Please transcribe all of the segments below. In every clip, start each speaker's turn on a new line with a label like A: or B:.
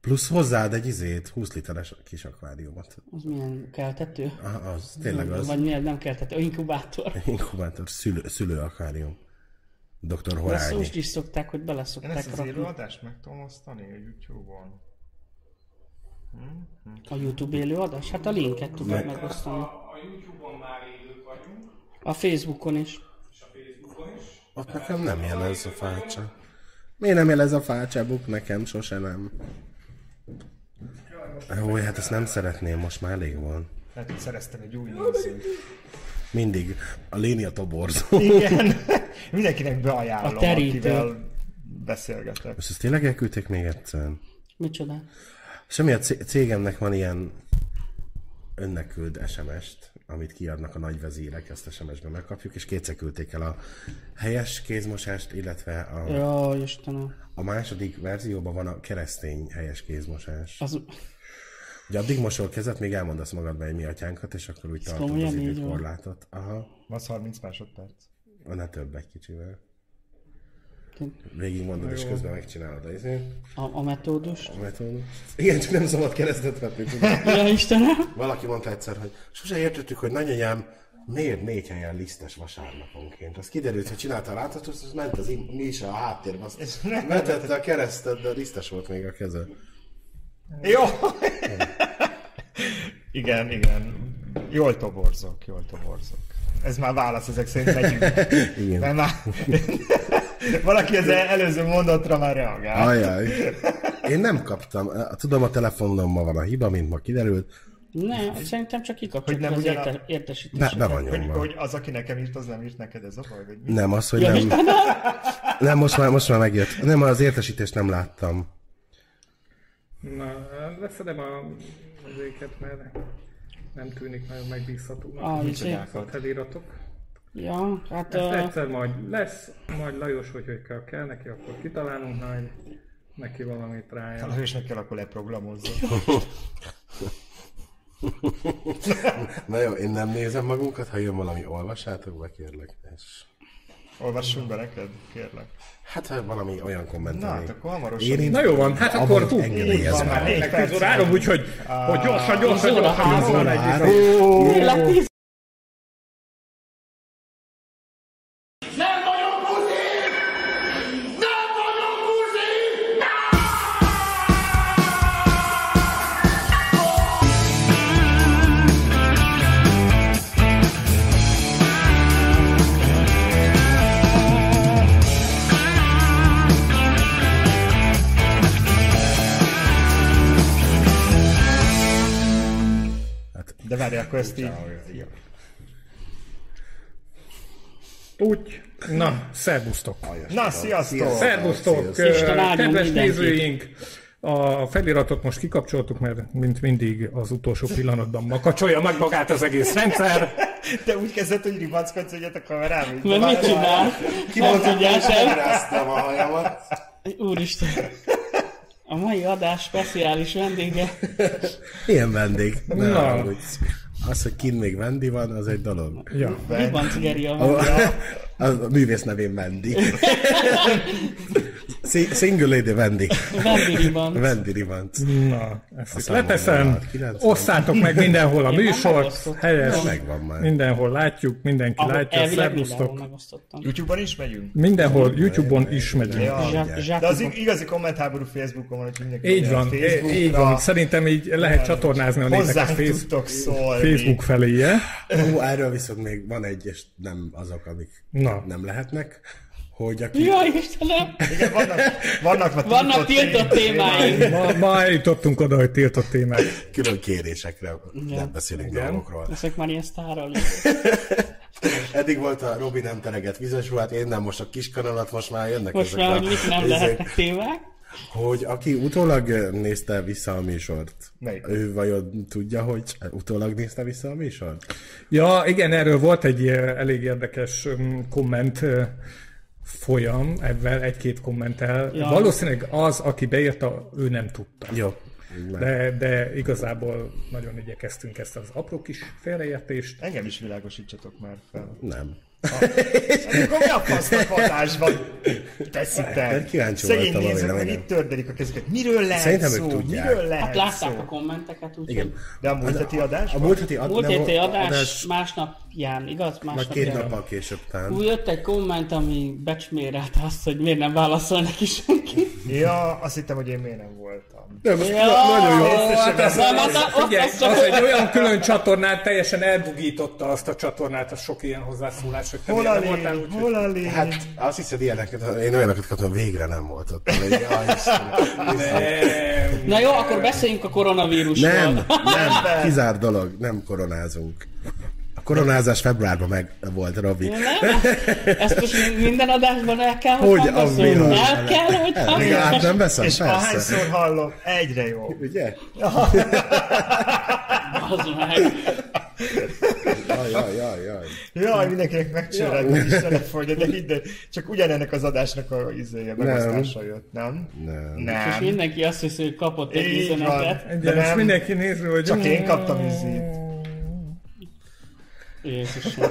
A: Plusz hozzáad egy izét, 20 literes kis akváriumot.
B: Az milyen keltető?
A: Ah, az tényleg az.
B: Vagy milyen nem keltető? Inkubátor.
A: Inkubátor, szülő, szülő akvárium. Dr.
B: Ezt
A: Horányi.
B: úgy is szokták, hogy
C: Én ezt
B: beleszokták
C: az
B: rakni
C: élőadást meg tudom osztani a YouTube-on.
B: a YouTube élőadás. Hát a linket
A: Meg-
B: tudod megosztani.
D: A, a YouTube-on már élők vagyunk,
B: A Facebookon is.
D: és a Facebookon is.
A: Ott nekem nem jelez a fácsa. Miért nem jelez a fácsa, buk? Nekem sose nem. Ó, hát ezt nem szeretném, most már elég van.
C: Lehet, hogy szereztem egy új nézőt.
A: Mindig a lénia toborzó.
C: Igen. Mindenkinek beajánlom,
B: A
C: a
B: terítő.
C: akivel beszélgetek.
A: Most ezt tényleg elküldték még egyszer?
B: Micsoda?
A: Semmi a cé- cégemnek van ilyen önnek küld SMS-t, amit kiadnak a nagyvezérek, ezt SMS-ben megkapjuk, és kétszer küldték el a helyes kézmosást, illetve a,
B: Jaj, Istenem.
A: a második verzióban van a keresztény helyes kézmosás.
B: Az
A: Ugye addig mosol kezet, még elmondasz magadba egy mi atyánkat, és akkor úgy tartod
B: komolyan
A: az
B: így van.
A: időkorlátot. Aha,
C: Az 30 másodperc.
A: ne több egy kicsivel. Végig mondod, és közben megcsinálod az izét,
B: a, a metódus.
A: a metódust. Igen, csak nem szabad keresztet vetni, tudod.
B: Ja, Istenem.
A: Valaki mondta egyszer, hogy sose értettük, hogy nagyanyám miért négy helyen lisztes vasárnaponként. Az kiderült, hogy csinálta a láthatót, az ment az im- mi is a háttérbe, azt vetette a keresztet, de lisztes volt még a keze.
C: Jó! igen, igen. Jól toborzok, jól toborzok. Ez már válasz ezek szerint megyünk.
A: Igen.
C: Mert már... Valaki az előző mondatra már reagál.
A: Ajaj. Én nem kaptam, tudom a telefonomban van a hiba, mint ma kiderült,
B: Ne, szerintem csak
C: Hogy
B: kikapcsoltuk
C: nem
B: az
C: ugyana-
B: érte, értesítést.
A: be, be van
C: Hogy,
A: nyomva.
C: hogy az, aki nekem írt, az nem írt neked, ez a baj? Vagy mi?
A: Nem, az, hogy
B: Ja,
A: nem...
B: Istenem!
A: Nem, most már, most már megjött. Nem, az értesítést nem láttam.
D: Na, leszedem a, azéket, mert nem tűnik nagyon megbízhatónak.
B: Ah, izé.
D: a feliratok.
B: Ja, hát
D: Ezt
B: uh,
D: egyszer majd lesz, majd Lajos, hogy hogy kell, kell neki, akkor kitalálunk majd neki valamit rájön.
C: Ha Lajosnak kell, akkor leprogramozza.
A: Na jó, én nem nézem magunkat, ha jön valami, olvassátok be, kérlek. És...
C: Olvassunk be neked, kérlek.
A: Hát, ha valami olyan komment,
C: Na,
A: ami
C: hát akkor hamarosan.
A: érint,
D: Na jó van, hát akkor
A: abban engedélyez
C: van, már
A: már.
C: négy
D: Meg
C: perc
D: tíz óra három, úgyhogy hogy gyorsan, gyorsan, gyorsan,
B: három.
D: gyorsan,
A: Három.
D: egy
B: tényleg tíz
A: Hát,
C: De várj, akkor ezt így...
D: Úgy. Na, szervusztok.
C: Na, sziasztok!
A: Sziasztok.
D: Szervusztok,
A: Sziasztok.
D: ö,
B: Isten áldjon
D: kedves
B: mindenkit.
D: nézőink! A feliratot most kikapcsoltuk, mert mint mindig az utolsó pillanatban makacsolja meg magát az egész rendszer.
C: Te úgy kezdett, hogy ribackodsz egyet a kamerám, így
B: Mert mit csinál? Nem tudjál sem.
A: Megráztam a hajamat.
B: Úristen. A mai adás speciális vendége.
A: Ilyen vendég. Ne
D: Na.
A: haragudj. Az, hogy kint még Vendi van, az egy dolog.
D: Ja.
B: Mi van cigeri a
A: A, a művész nevén Vendi. Sing- Single Lady Vendi.
B: vendégban?
A: Vendi Rivant.
D: Na, ezt itt
A: számom
D: leteszem.
A: nulla, kilenc.
D: Osszátok meg mindenhol a
B: már
D: műsort.
B: megosztottam.
D: Helyes.
A: Megvan már.
D: Mindenhol látjuk, mindenki látja.
B: Elvileg mindenhol
D: Szervusztok.
B: megosztottam.
C: YouTube-on is megyünk?
D: Mindenhol, YouTube-on is megyünk.
C: Ja.
B: Zsák,
C: De
B: zsák,
C: az ig- igazi kommentháború Facebookon van, hogy mindenki
D: Így
C: megy
D: van,
C: el
D: í- így van. Szerintem így lehet csatornázni a nétek a
C: Hozzánk
D: Face-
C: tudtok szólni.
D: Facebook feléje.
A: Ó, erről viszont még van egy, és nem azok, amik
D: Na.
A: nem lehetnek, hogy aki...
B: Jaj, Istenem!
C: Igen, vannak, vannak, a
B: Vannak tiltott témáink.
D: Ma, ma eljutottunk oda, hogy tiltott témák.
A: külön kérésekre nem beszélünk dolgokról.
B: Ezek már ilyen sztárral.
A: Eddig volt a Robi nem tereget vizes ruhát, én nem most a kiskanalat, most már jönnek
B: Most
A: ezek
B: már,
A: a...
B: hogy mik nem
A: izék.
B: lehetnek témák.
A: Hogy aki utólag ö, nézte vissza a műsort,
C: Melyik?
A: ő vajon tudja, hogy utólag nézte vissza a műsort?
D: Ja, igen, erről volt egy eh, elég érdekes öm, komment eh, folyam, ebben egy-két kommentel.
B: Ja.
D: Valószínűleg az, aki beírta, ő nem tudta.
A: Jó.
D: De, de igazából nagyon igyekeztünk ezt az apró kis félreértést.
C: Engem is világosítsatok már fel. Hát
A: Nem.
C: Akkor mi a fasznak hatásban teszitek?
A: Hát, kíváncsi
C: Szegény
A: voltam,
C: nézők
A: amire
C: meg
A: nem.
C: itt tördelik a kezüket. Miről lehet
A: Szerintem ők
C: szó?
A: tudják.
C: Miről lehet
B: Hát látták a
C: szó?
B: kommenteket, úgyhogy
A: Igen.
C: De a múlt heti
A: A
C: adásban?
A: múlt heti ad-
B: Múlt
A: nem,
B: héti
A: a-
B: adás másnapján, igaz?
A: Meg két
B: Másnapján.
A: nappal később tán.
B: Úgy jött egy komment, ami becsmérelt azt, hogy miért nem válaszol neki senki.
C: Ja, azt hittem, hogy én miért nem voltam.
A: Nem, most
B: Ja!
A: nagyon jó.
C: Észre sem
B: Nem,
C: veszem.
B: az, a- ott
D: Figyelj,
B: az
D: az
B: csak...
D: egy olyan külön csatornát teljesen elbugította azt a csatornát, a sok ilyen hozzászólás, hogy te
C: Hol a
D: miért nem voltál,
C: lény?
D: úgyhogy-
C: Hol a lény?
A: Hát azt hiszed ilyeneket, én olyanokat kaptam, végre nem volt ott. Jaj, Istenem.
D: Nem.
B: Na jó, akkor beszéljünk a koronavírusról.
A: Nem, nem, kizár dolog, nem koronázunk. A koronázás februárban meg volt, Robi.
B: Nem? Ezt most minden adásban el kell, hogy,
A: Hogy a
B: hangozzon?
A: világ.
B: El kell, hogy
A: Hát
B: hangozzon.
A: nem veszem,
C: És
A: persze.
C: ahányszor hallom, egyre jó.
A: Ugye?
B: Az meg.
A: Jaj, jaj, jaj, jaj.
C: Jaj, mindenkinek megcsörreg, ja. is telefonja, de hidd el, csak ugyanennek az adásnak a izéje megosztása jött, nem?
A: Nem.
B: És
C: Nem.
B: mindenki azt hiszi, hogy kapott egy
C: Így
B: üzenetet.
C: van.
D: De
C: De
D: most
C: nem.
D: mindenki néző, hogy... mm.
C: Csak én kaptam izét.
B: Jézusom.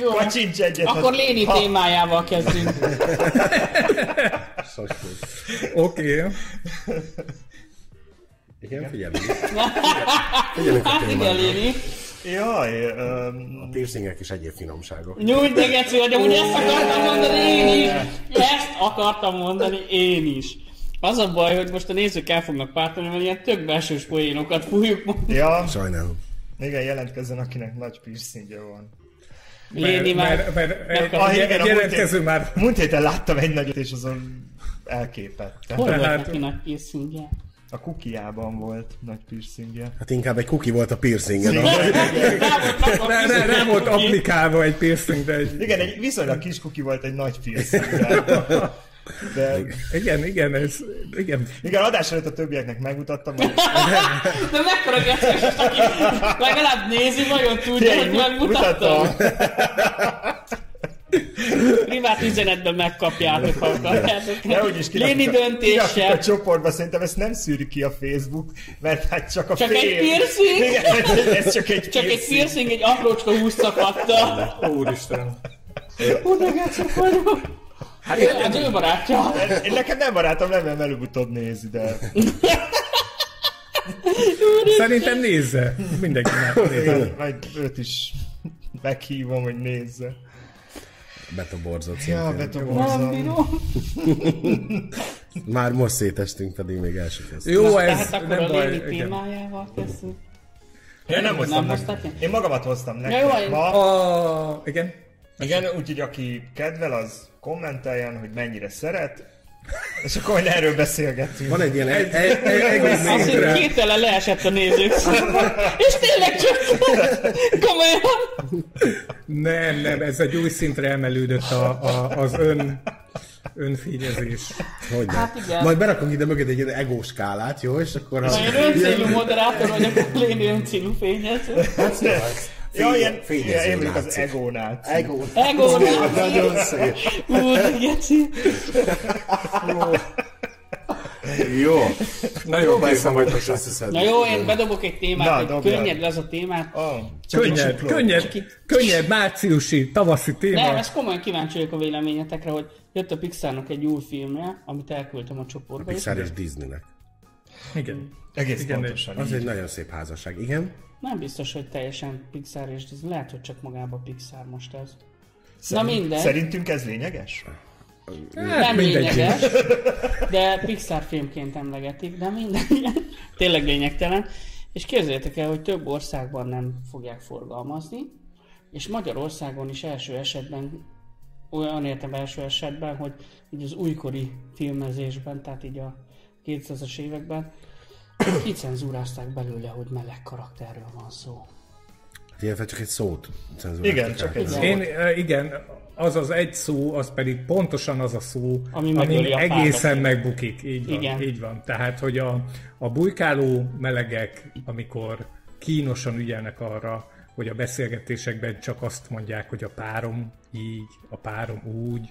B: Jó,
C: Kacsincs egyet. hát-
B: akkor
C: ha-
B: Léni témájával kezdünk.
A: Szaszló.
D: Oké. Okay.
A: Igen, figyelünk. Figyelünk a
B: Hát igen,
A: témára.
B: Léni.
C: Jaj, öm,
A: Piercingek és egyéb finomságok.
B: Nyújt meg egyszer, de úgy ezt akartam mondani én is. Ezt akartam mondani én is. Az a baj, hogy most a nézők el fognak pártolni, mert ilyen tök belsős poénokat fújjuk mondani.
C: ja,
A: Sajnálom.
C: igen, jelentkezzen, akinek nagy piercingje van.
B: Léni már...
D: Mert, mert, mert
B: Ah,
D: egy,
C: igen,
D: egy
C: a múlt
D: jelentkező
C: hét-
D: már...
C: Múlt héten láttam egy nagyot, és azon elképett.
B: Hol volt
D: Tehát-
B: neki nagy piercingje?
C: A kukiában volt nagy piercingje.
A: Hát inkább egy kuki volt a piercingen. ahogy-
D: Rá, rá, rá volt applikálva egy piercing, de egy...
C: Igen, egy viszonylag kis kuki volt egy nagy piercingje. De
D: Igen, igen, ez... Igen.
C: igen, adás előtt a többieknek megmutattam, hogy
B: De mekkora gecses, aki legalább nézi, nagyon tudja,
C: Tényleg,
B: hogy
C: mut-
B: megmutatom. Privát üzenetben megkapjátok, ha akarjátok.
C: De úgyis kirakjuk
B: Léni
C: a- kirakjuk
B: döntéssel.
C: a csoportba szerintem ezt nem szűri ki a Facebook, mert hát csak a
B: Csak
C: fél.
B: egy piercing?
C: Igen, ez csak egy
B: Csak egy
C: piercing.
B: piercing, egy aprócska húszakattal.
D: Úristen.
B: Oda gecses vagyok. Hát ő, az ő barátja.
C: Én nekem nem barátom, nem, nem előbb-utóbb nézi, de...
D: Szerintem nézze. Mindenki már nézze.
C: Igen, Majd őt is meghívom, hogy nézze.
A: Betoborzott
C: Ja,
A: szintén.
B: Nem
C: betoborzom.
B: bírom.
A: Már most szétestünk, pedig még első kezdtünk.
D: Jó, ez
B: Tehát Hát akkor
D: nem
B: a
D: baj.
B: Léni
D: igen.
B: témájával kezdünk.
C: Én nem hoztam
B: Nem
C: nektek.
B: hoztad ki?
C: Én magamat hoztam
B: Ja,
C: nektek
B: jó,
C: ma.
D: A... Igen.
C: Igen, úgyhogy aki kedvel, az kommenteljen, hogy mennyire szeret. És akkor majd erről beszélgetünk.
A: Van egy ilyen e-
D: E-
A: egy, egy, egy, egész
B: Azt hiszem,
A: szintre-
B: képtelen leesett a nézők száma. És tényleg csak komolyan.
D: Nem, nem, ez egy új szintre emelődött a, a, az ön önfényezés.
A: e- Hogy ne?
B: Hát igen.
A: Majd berakom ide mögé egy ilyen egó skálát, jó? És akkor
B: Ha én öncélú moderátor vagyok, akkor léni öncélú fényező.
C: Ja, ilyen,
A: fényező
C: ilyen én vagyok az
A: látszik.
C: egónál.
A: Egó.
B: Ego
A: Nagyon szép.
B: Ú, de geci.
A: Jó.
D: Na
A: Jó,
D: jó,
A: hiszem,
D: készen
A: hogy
D: vagy.
A: most összeszedjük.
B: Na jó, én bedobok egy
C: Na,
B: témát, hogy
C: dobjad.
B: könnyed le az a témát.
C: Oh, csak egy
D: Könnyed,
C: csukló.
D: könnyed, könnyed, márciusi, tavaszi
B: Nem,
D: téma.
B: ezt komolyan kíváncsi vagyok a véleményetekre, hogy jött a Pixarnak egy új filmje, amit elküldtem a csoportba.
A: Pixar és Disneynek.
D: Igen.
C: Egész
D: Igen,
C: pontosan.
A: Az egy nagyon szép házasság. Igen?
B: Nem biztos, hogy teljesen Pixar és Disney. Lehet, hogy csak magába Pixar most ez.
C: Szerint-
B: Na mindegy.
C: Szerintünk ez lényeges?
B: Nem
D: Hát, mindegy.
B: lényeges, de Pixar filmként emlegetik, de minden tényleg lényegtelen. És képzeljétek el, hogy több országban nem fogják forgalmazni, és Magyarországon is első esetben, olyan értem első esetben, hogy így az újkori filmezésben, tehát így a 2000-es években, kicenzúrázták belőle, hogy meleg karakterről van szó.
A: Hát illetve csak egy szót cenzúráltak
C: Igen,
A: el.
C: csak egy
B: Igen.
D: Én, eh, igen, az az egy szó, az pedig pontosan az a szó,
B: Ami
D: ami,
B: megöli
D: ami
B: a
D: egészen
B: párot.
D: megbukik. Így van,
B: Igen.
D: így van. Tehát, hogy a, a bujkáló melegek, amikor kínosan ügyelnek arra, hogy a beszélgetésekben csak azt mondják, hogy a párom így, a párom úgy,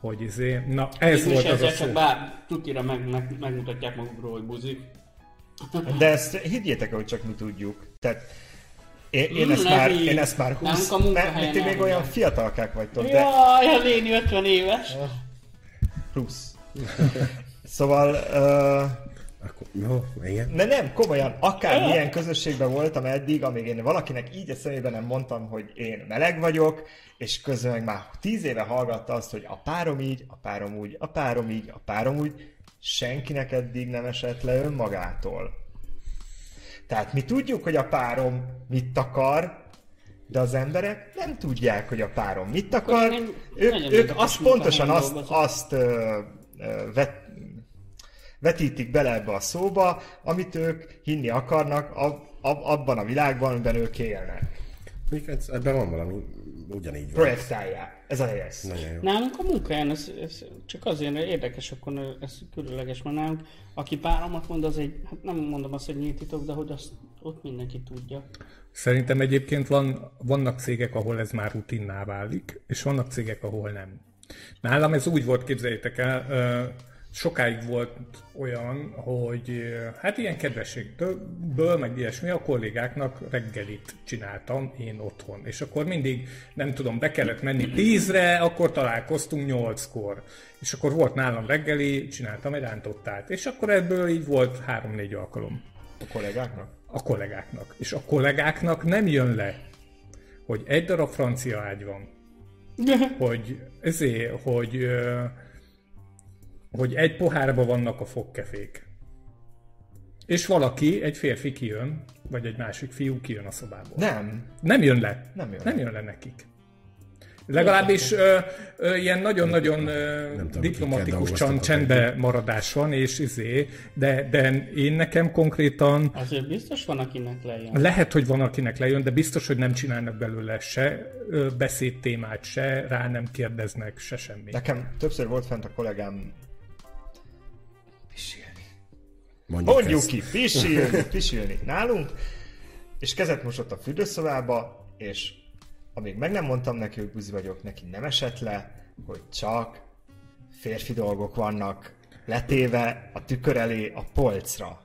D: hogy izé. Na, ez
B: És
D: volt az a
B: ezzel
D: szó.
B: csak bár tutira meg, meg, megmutatják magukról, hogy buzik.
C: De ezt higgyétek el, hogy csak mi tudjuk. Tehát Én, én,
B: Mm,
C: ezt már,
B: Levi.
C: én ezt már 20,
B: Nálunk a
C: mert
B: munkahelyen
C: mert ti még
B: elmondják.
C: olyan fiatalkák vagytok, de
B: Jaj, a néni 50 éves.
C: plusz. Szóval, ö,
A: Akkor, jó, igen.
C: de nem, komolyan, akár milyen közösségben voltam eddig, amíg én valakinek így a szemébe nem mondtam, hogy én meleg vagyok, és közben meg már tíz éve hallgatta azt, hogy a párom így, a párom úgy, a párom így, a párom úgy, senkinek eddig nem esett le önmagától. Tehát mi tudjuk, hogy a párom mit akar, de az emberek nem tudják, hogy a párom mit akar.
B: én nagyon
C: Ők, ők
B: érdekes
C: azt pontosan
B: munkahelyen
C: azt,
B: dolgozom.
C: azt ö, ö, vet, vetítik bele ebbe a szóba, amit ők hinni akarnak a, a, abban a világban, amiben ők élnek.
A: Mondjuk ez- ebben van valami ugyanígy van.
C: Projektálják. Ez a helyes. szó.
A: Nagyon jó.
B: Nálunk a munkahelyen, ez, ez csak azért mert érdekes, akkor ez különleges, mert nálunk, aki páromat mond, az egy, hát nem mondom azt, hogy nyílt titok, de hogy azt ott mindenki tudja.
D: Szerintem egyébként van, vannak cégek, ahol ez már rutinná válik, és vannak cégek, ahol nem. Nálam ez úgy volt, képzeljétek el, ö, sokáig volt olyan, hogy ö, hát ilyen kedvességből, meg ilyesmi, a kollégáknak reggelit csináltam én otthon. És akkor mindig, nem tudom, be kellett menni tízre, akkor találkoztunk nyolckor. És akkor volt nálam reggeli, csináltam egy rántottát. És akkor ebből így volt három-négy alkalom
C: A kollégáknak?
D: a kollégáknak. És a kollégáknak nem jön le, hogy egy darab francia ágy van, hogy ezé, hogy, ö, hogy egy pohárba vannak a fogkefék. És valaki, egy férfi kijön, vagy egy másik fiú kijön a szobából.
C: Nem.
D: Nem jön le.
C: Nem jön le.
D: nem jön le nekik. Legalábbis ö, ö, ilyen nagyon-nagyon ö,
A: tudom, kikkel
D: diplomatikus
A: dolgoztatok
D: csan- csendbe maradás van, és izé, de, de én nekem konkrétan
B: Azért biztos van, akinek lejön.
D: lehet, hogy van, akinek lejön, de biztos, hogy nem csinálnak belőle se ö, beszédtémát, se rá nem kérdeznek, se semmi.
C: Nekem többször volt fent a kollégám pisilni.
A: Mondjuk,
C: Mondjuk
A: ezt.
C: ki, pisilni, pisilni nálunk, és kezet mosott a fürdőszobába, és amíg meg nem mondtam neki, hogy buzi vagyok, neki nem esett le, hogy csak férfi dolgok vannak letéve a tükör elé a polcra.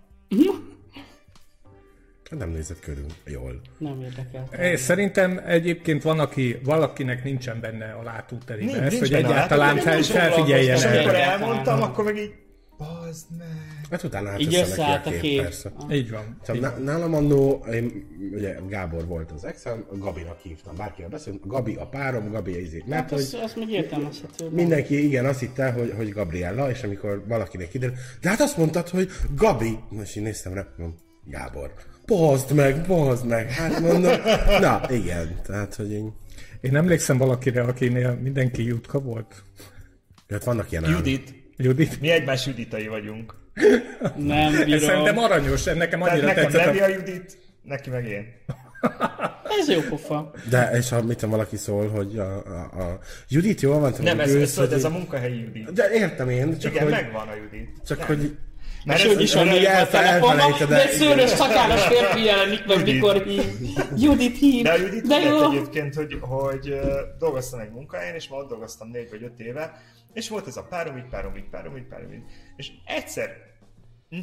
A: Hát Nem nézett körül jól.
B: Nem érdekel.
C: Hát,
D: É, szerintem egyébként van, aki, valakinek nincsen benne a látóteriben
C: Nincs-
D: ez,
C: nincs
D: hogy
C: benne Hát, a
D: egyáltalán
C: látóterében,
D: fel,
B: nem is
D: felfigyeljen
C: És
B: foglalkoztam
D: erre.
C: amikor
B: Egyáltalán
C: elmondtam,
B: nem.
C: akkor meg így, bazd meg.
A: Hát utána hát
B: Így összeállt a kép.
A: persze.
D: Így van.
A: Szóval
D: Így.
A: ná- nálam annó, én, ugye Gábor volt az exem, Gabinak hívtam, bárkivel beszélünk, Gabi a párom, Gabi ezért. Mert
B: Hát
A: hogy
B: az, az még értelmezhető.
A: mindenki igen azt hitte, hogy, hogy Gabriella, és amikor valakinek kiderül, de hát azt mondtad, hogy Gabi, most én néztem rá, mondom, Gábor, bazd meg, bazd meg, hát mondom, na igen, tehát hogy én,
D: Én emlékszem valakire, akinél mindenki jutka volt.
A: hát vannak ilyen állam.
C: Judit.
D: Judit.
C: Mi egymás juditai vagyunk.
B: Nem
D: Ez szerintem
B: bírom.
D: aranyos, nekem
C: Tehát
D: annyira
C: nekem
D: tetszett.
C: Levi
D: A...
C: a Judit, neki meg én.
B: Ez jó pofa.
A: De, és ha mit tudom, valaki szól, hogy a, a, a... Judit jól van, te
C: Nem, ez,
A: mondjuk
C: ez,
A: ősz,
C: ez, ez a
A: hogy-
C: munkahelyi Judit.
A: De értem én, csak
C: Igen,
A: hogy...
C: megvan a Judit.
A: Csak hogy...
C: Mert
B: És ő is a nő a
A: elfe-
B: telefonban,
A: elfelejted el,
B: de szőrös szakállas férfi jelenik meg,
C: Judit.
B: mikor hív. Judit hív.
C: De a Judit
B: De
C: tudott
B: jó.
C: egyébként, hogy, hogy ö, dolgoztam egy munkahelyen, és ma ott dolgoztam négy vagy öt éve, és volt ez a párom így, párom így, párom így, párom így. És egyszer hm,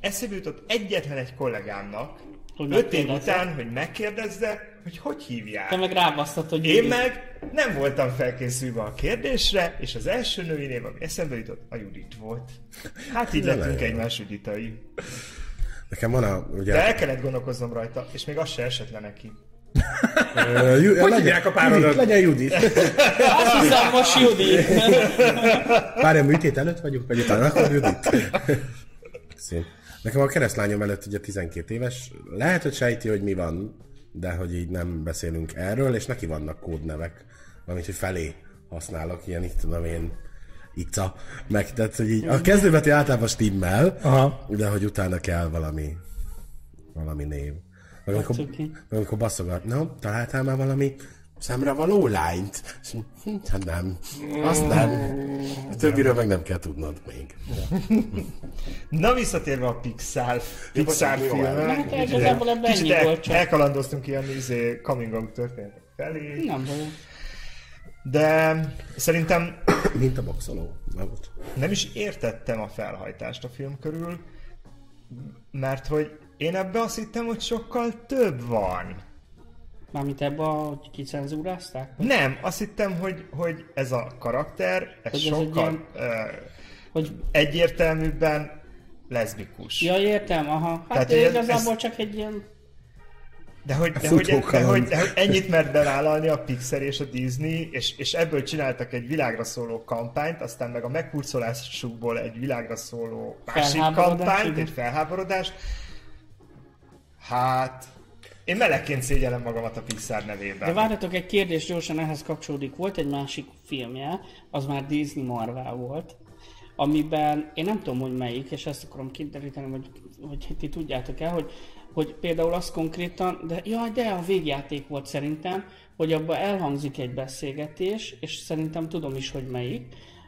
C: eszébe jutott egyetlen egy kollégámnak,
B: Hogy
C: öt év
B: megkérdezze.
C: után, hogy megkérdezze, hogy hogy hívják.
B: Te meg rábasztod, hogy
C: Én
B: Judit.
C: meg nem voltam felkészülve a kérdésre, és az első női név, ami eszembe jutott, a Judit volt. Hát így
A: Jaj,
C: lettünk
A: jaj.
C: egymás Juditai.
A: Nekem van a... Ugye,
C: De el kellett gondolkoznom rajta, és még az se esett le neki.
A: Ö, Ju-
D: Hogy
A: legyen-
D: hívják a párodat?
A: Judit, Legyen Judit.
B: Azt hiszem, most Judit.
A: Pár műtét előtt vagyunk, vagy utána, akkor Judit. Szép. Nekem a keresztlányom előtt ugye 12 éves, lehet, hogy sejti, hogy mi van, de hogy így nem beszélünk erről, és neki vannak kódnevek, amit hogy felé használok, ilyen itt tudom én, Ica, meg, tehát, hogy így a kezdőbeti általában stimmel,
D: Aha.
A: de hogy utána kell valami, valami név. Meg amikor,
B: cuki.
A: meg amikor baszogat, na, találtál már valami szemre való lányt? És hm, Hát nem, azt nem. A többiről meg nem kell tudnod még.
C: Na visszatérve a Pixar, Pixar
A: bocsánat, jó,
C: filmre.
B: Hát igazából ebben
C: Kicsit
B: ennyi
C: el,
B: volt csak.
C: elkalandoztunk ilyen izé, coming out történetek felé,
B: Nem baj.
C: de szerintem
A: Mint a boxoló. Na, bocs.
C: nem is értettem a felhajtást a film körül, mert hogy én ebbe azt hittem, hogy sokkal több van.
B: Mármint ebbe, hogy kicenzúrázták?
C: Nem, azt hittem, hogy, hogy ez a karakter, ez
B: Hogy ez egy
C: sokkal ö,
B: Hogy
C: egyértelműbben leszbikus.
B: Ja, értem, aha. Hát
C: Tehát,
B: ő
C: hogy ez-
B: igazából
C: ez-
B: csak egy ilyen...
C: De hogy, de, hogy, de,
A: futókaland.
C: hogy, de hogy ennyit mert bevállalni a Pixar és a Disney, és, és ebből csináltak egy világra szóló kampányt, aztán meg a megkurcolásukból egy világra szóló másik
B: Felháborodás,
C: kampányt,
B: igen.
C: egy felháborodást. Hát, én meleként szégyellem magamat a Pixar nevében.
B: De várjatok egy kérdés, gyorsan ehhez kapcsolódik. Volt egy másik filmje, az már Disney Marvel volt, amiben, én nem tudom, hogy melyik, és ezt akarom kideríteni, hogy, hogy ti tudjátok-e, hogy, hogy például az konkrétan, de jaj, de a végjáték volt szerintem, hogy abban elhangzik egy beszélgetés, és szerintem tudom is, hogy melyik,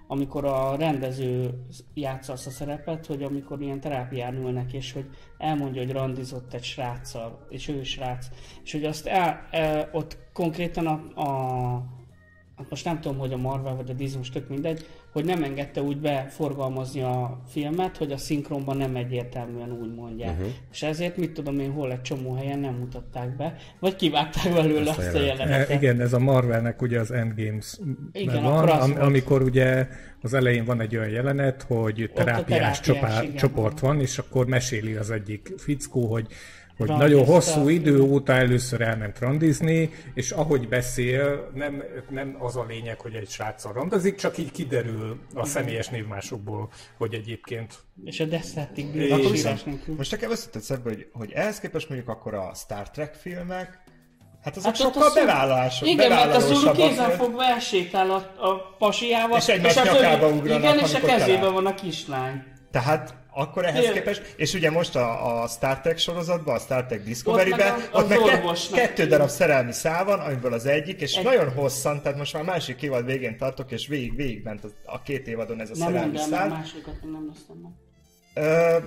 B: amikor a rendező játsza azt a szerepet, hogy amikor ilyen terápián ülnek, és hogy elmondja, hogy randizott egy sráccal, és ő is srác, és hogy azt el, e, ott konkrétan a, a hát most nem tudom, hogy a Marvel vagy a Disney, most tök mindegy, hogy nem engedte úgy beforgalmazni a filmet, hogy a szinkronban nem egyértelműen úgy mondják. Uh-huh. És ezért, mit tudom én, hol egy csomó helyen nem mutatták be, vagy kivágták belőle azt a jelenetet.
D: E, igen, ez a Marvelnek ugye az Endgames
B: Igen,
D: igen,
B: akkor
D: van,
B: az
D: am,
B: volt.
D: amikor ugye az elején van egy olyan jelenet, hogy
B: a
D: terápiás,
B: terápiás,
D: csopá,
B: igen.
D: csoport van, és akkor meséli az egyik fickó, hogy hogy
B: Randizta.
D: nagyon hosszú idő óta először elment randizni, és ahogy beszél, nem, nem az a lényeg, hogy egy sráccal randozik, csak így kiderül a személyes névmásokból, hogy egyébként
B: És a Death
D: És-
B: Bírók sírás nélkül.
C: Most nekem összetett szembe, hogy, hogy ehhez képest mondjuk akkor a Star Trek filmek, hát azok
B: Hát
C: hát
B: ott
C: sokkal
B: a szúr-
C: bevállalások,
B: Igen, mert a szúró
C: bevállalósabbak.
B: kézzel fog elsétál a, a pasiával,
C: És egymás
B: a
C: nyakába
B: többi-
C: ugranak,
B: Igen, és a
C: amikor
B: kezében
C: talál.
B: van a kislány.
C: Tehát akkor ehhez
B: Igen.
C: képest, és ugye most a, a Star Trek sorozatban, a Star Trek Discovery-ben,
B: Ott meg a-
C: ott
B: az
C: meg, ke-
B: orvosnak.
C: kettő darab szerelmi szál van, amiből az egyik, és
B: Egy-
C: Egy. nagyon hosszan, tehát most már a másik évad végén tartok, és végig végig ment a, a két évadon ez a
B: Nem
C: szerelmi
B: mondd el, mert a
C: szál.
B: másikat még nem néztem meg.
C: Ö,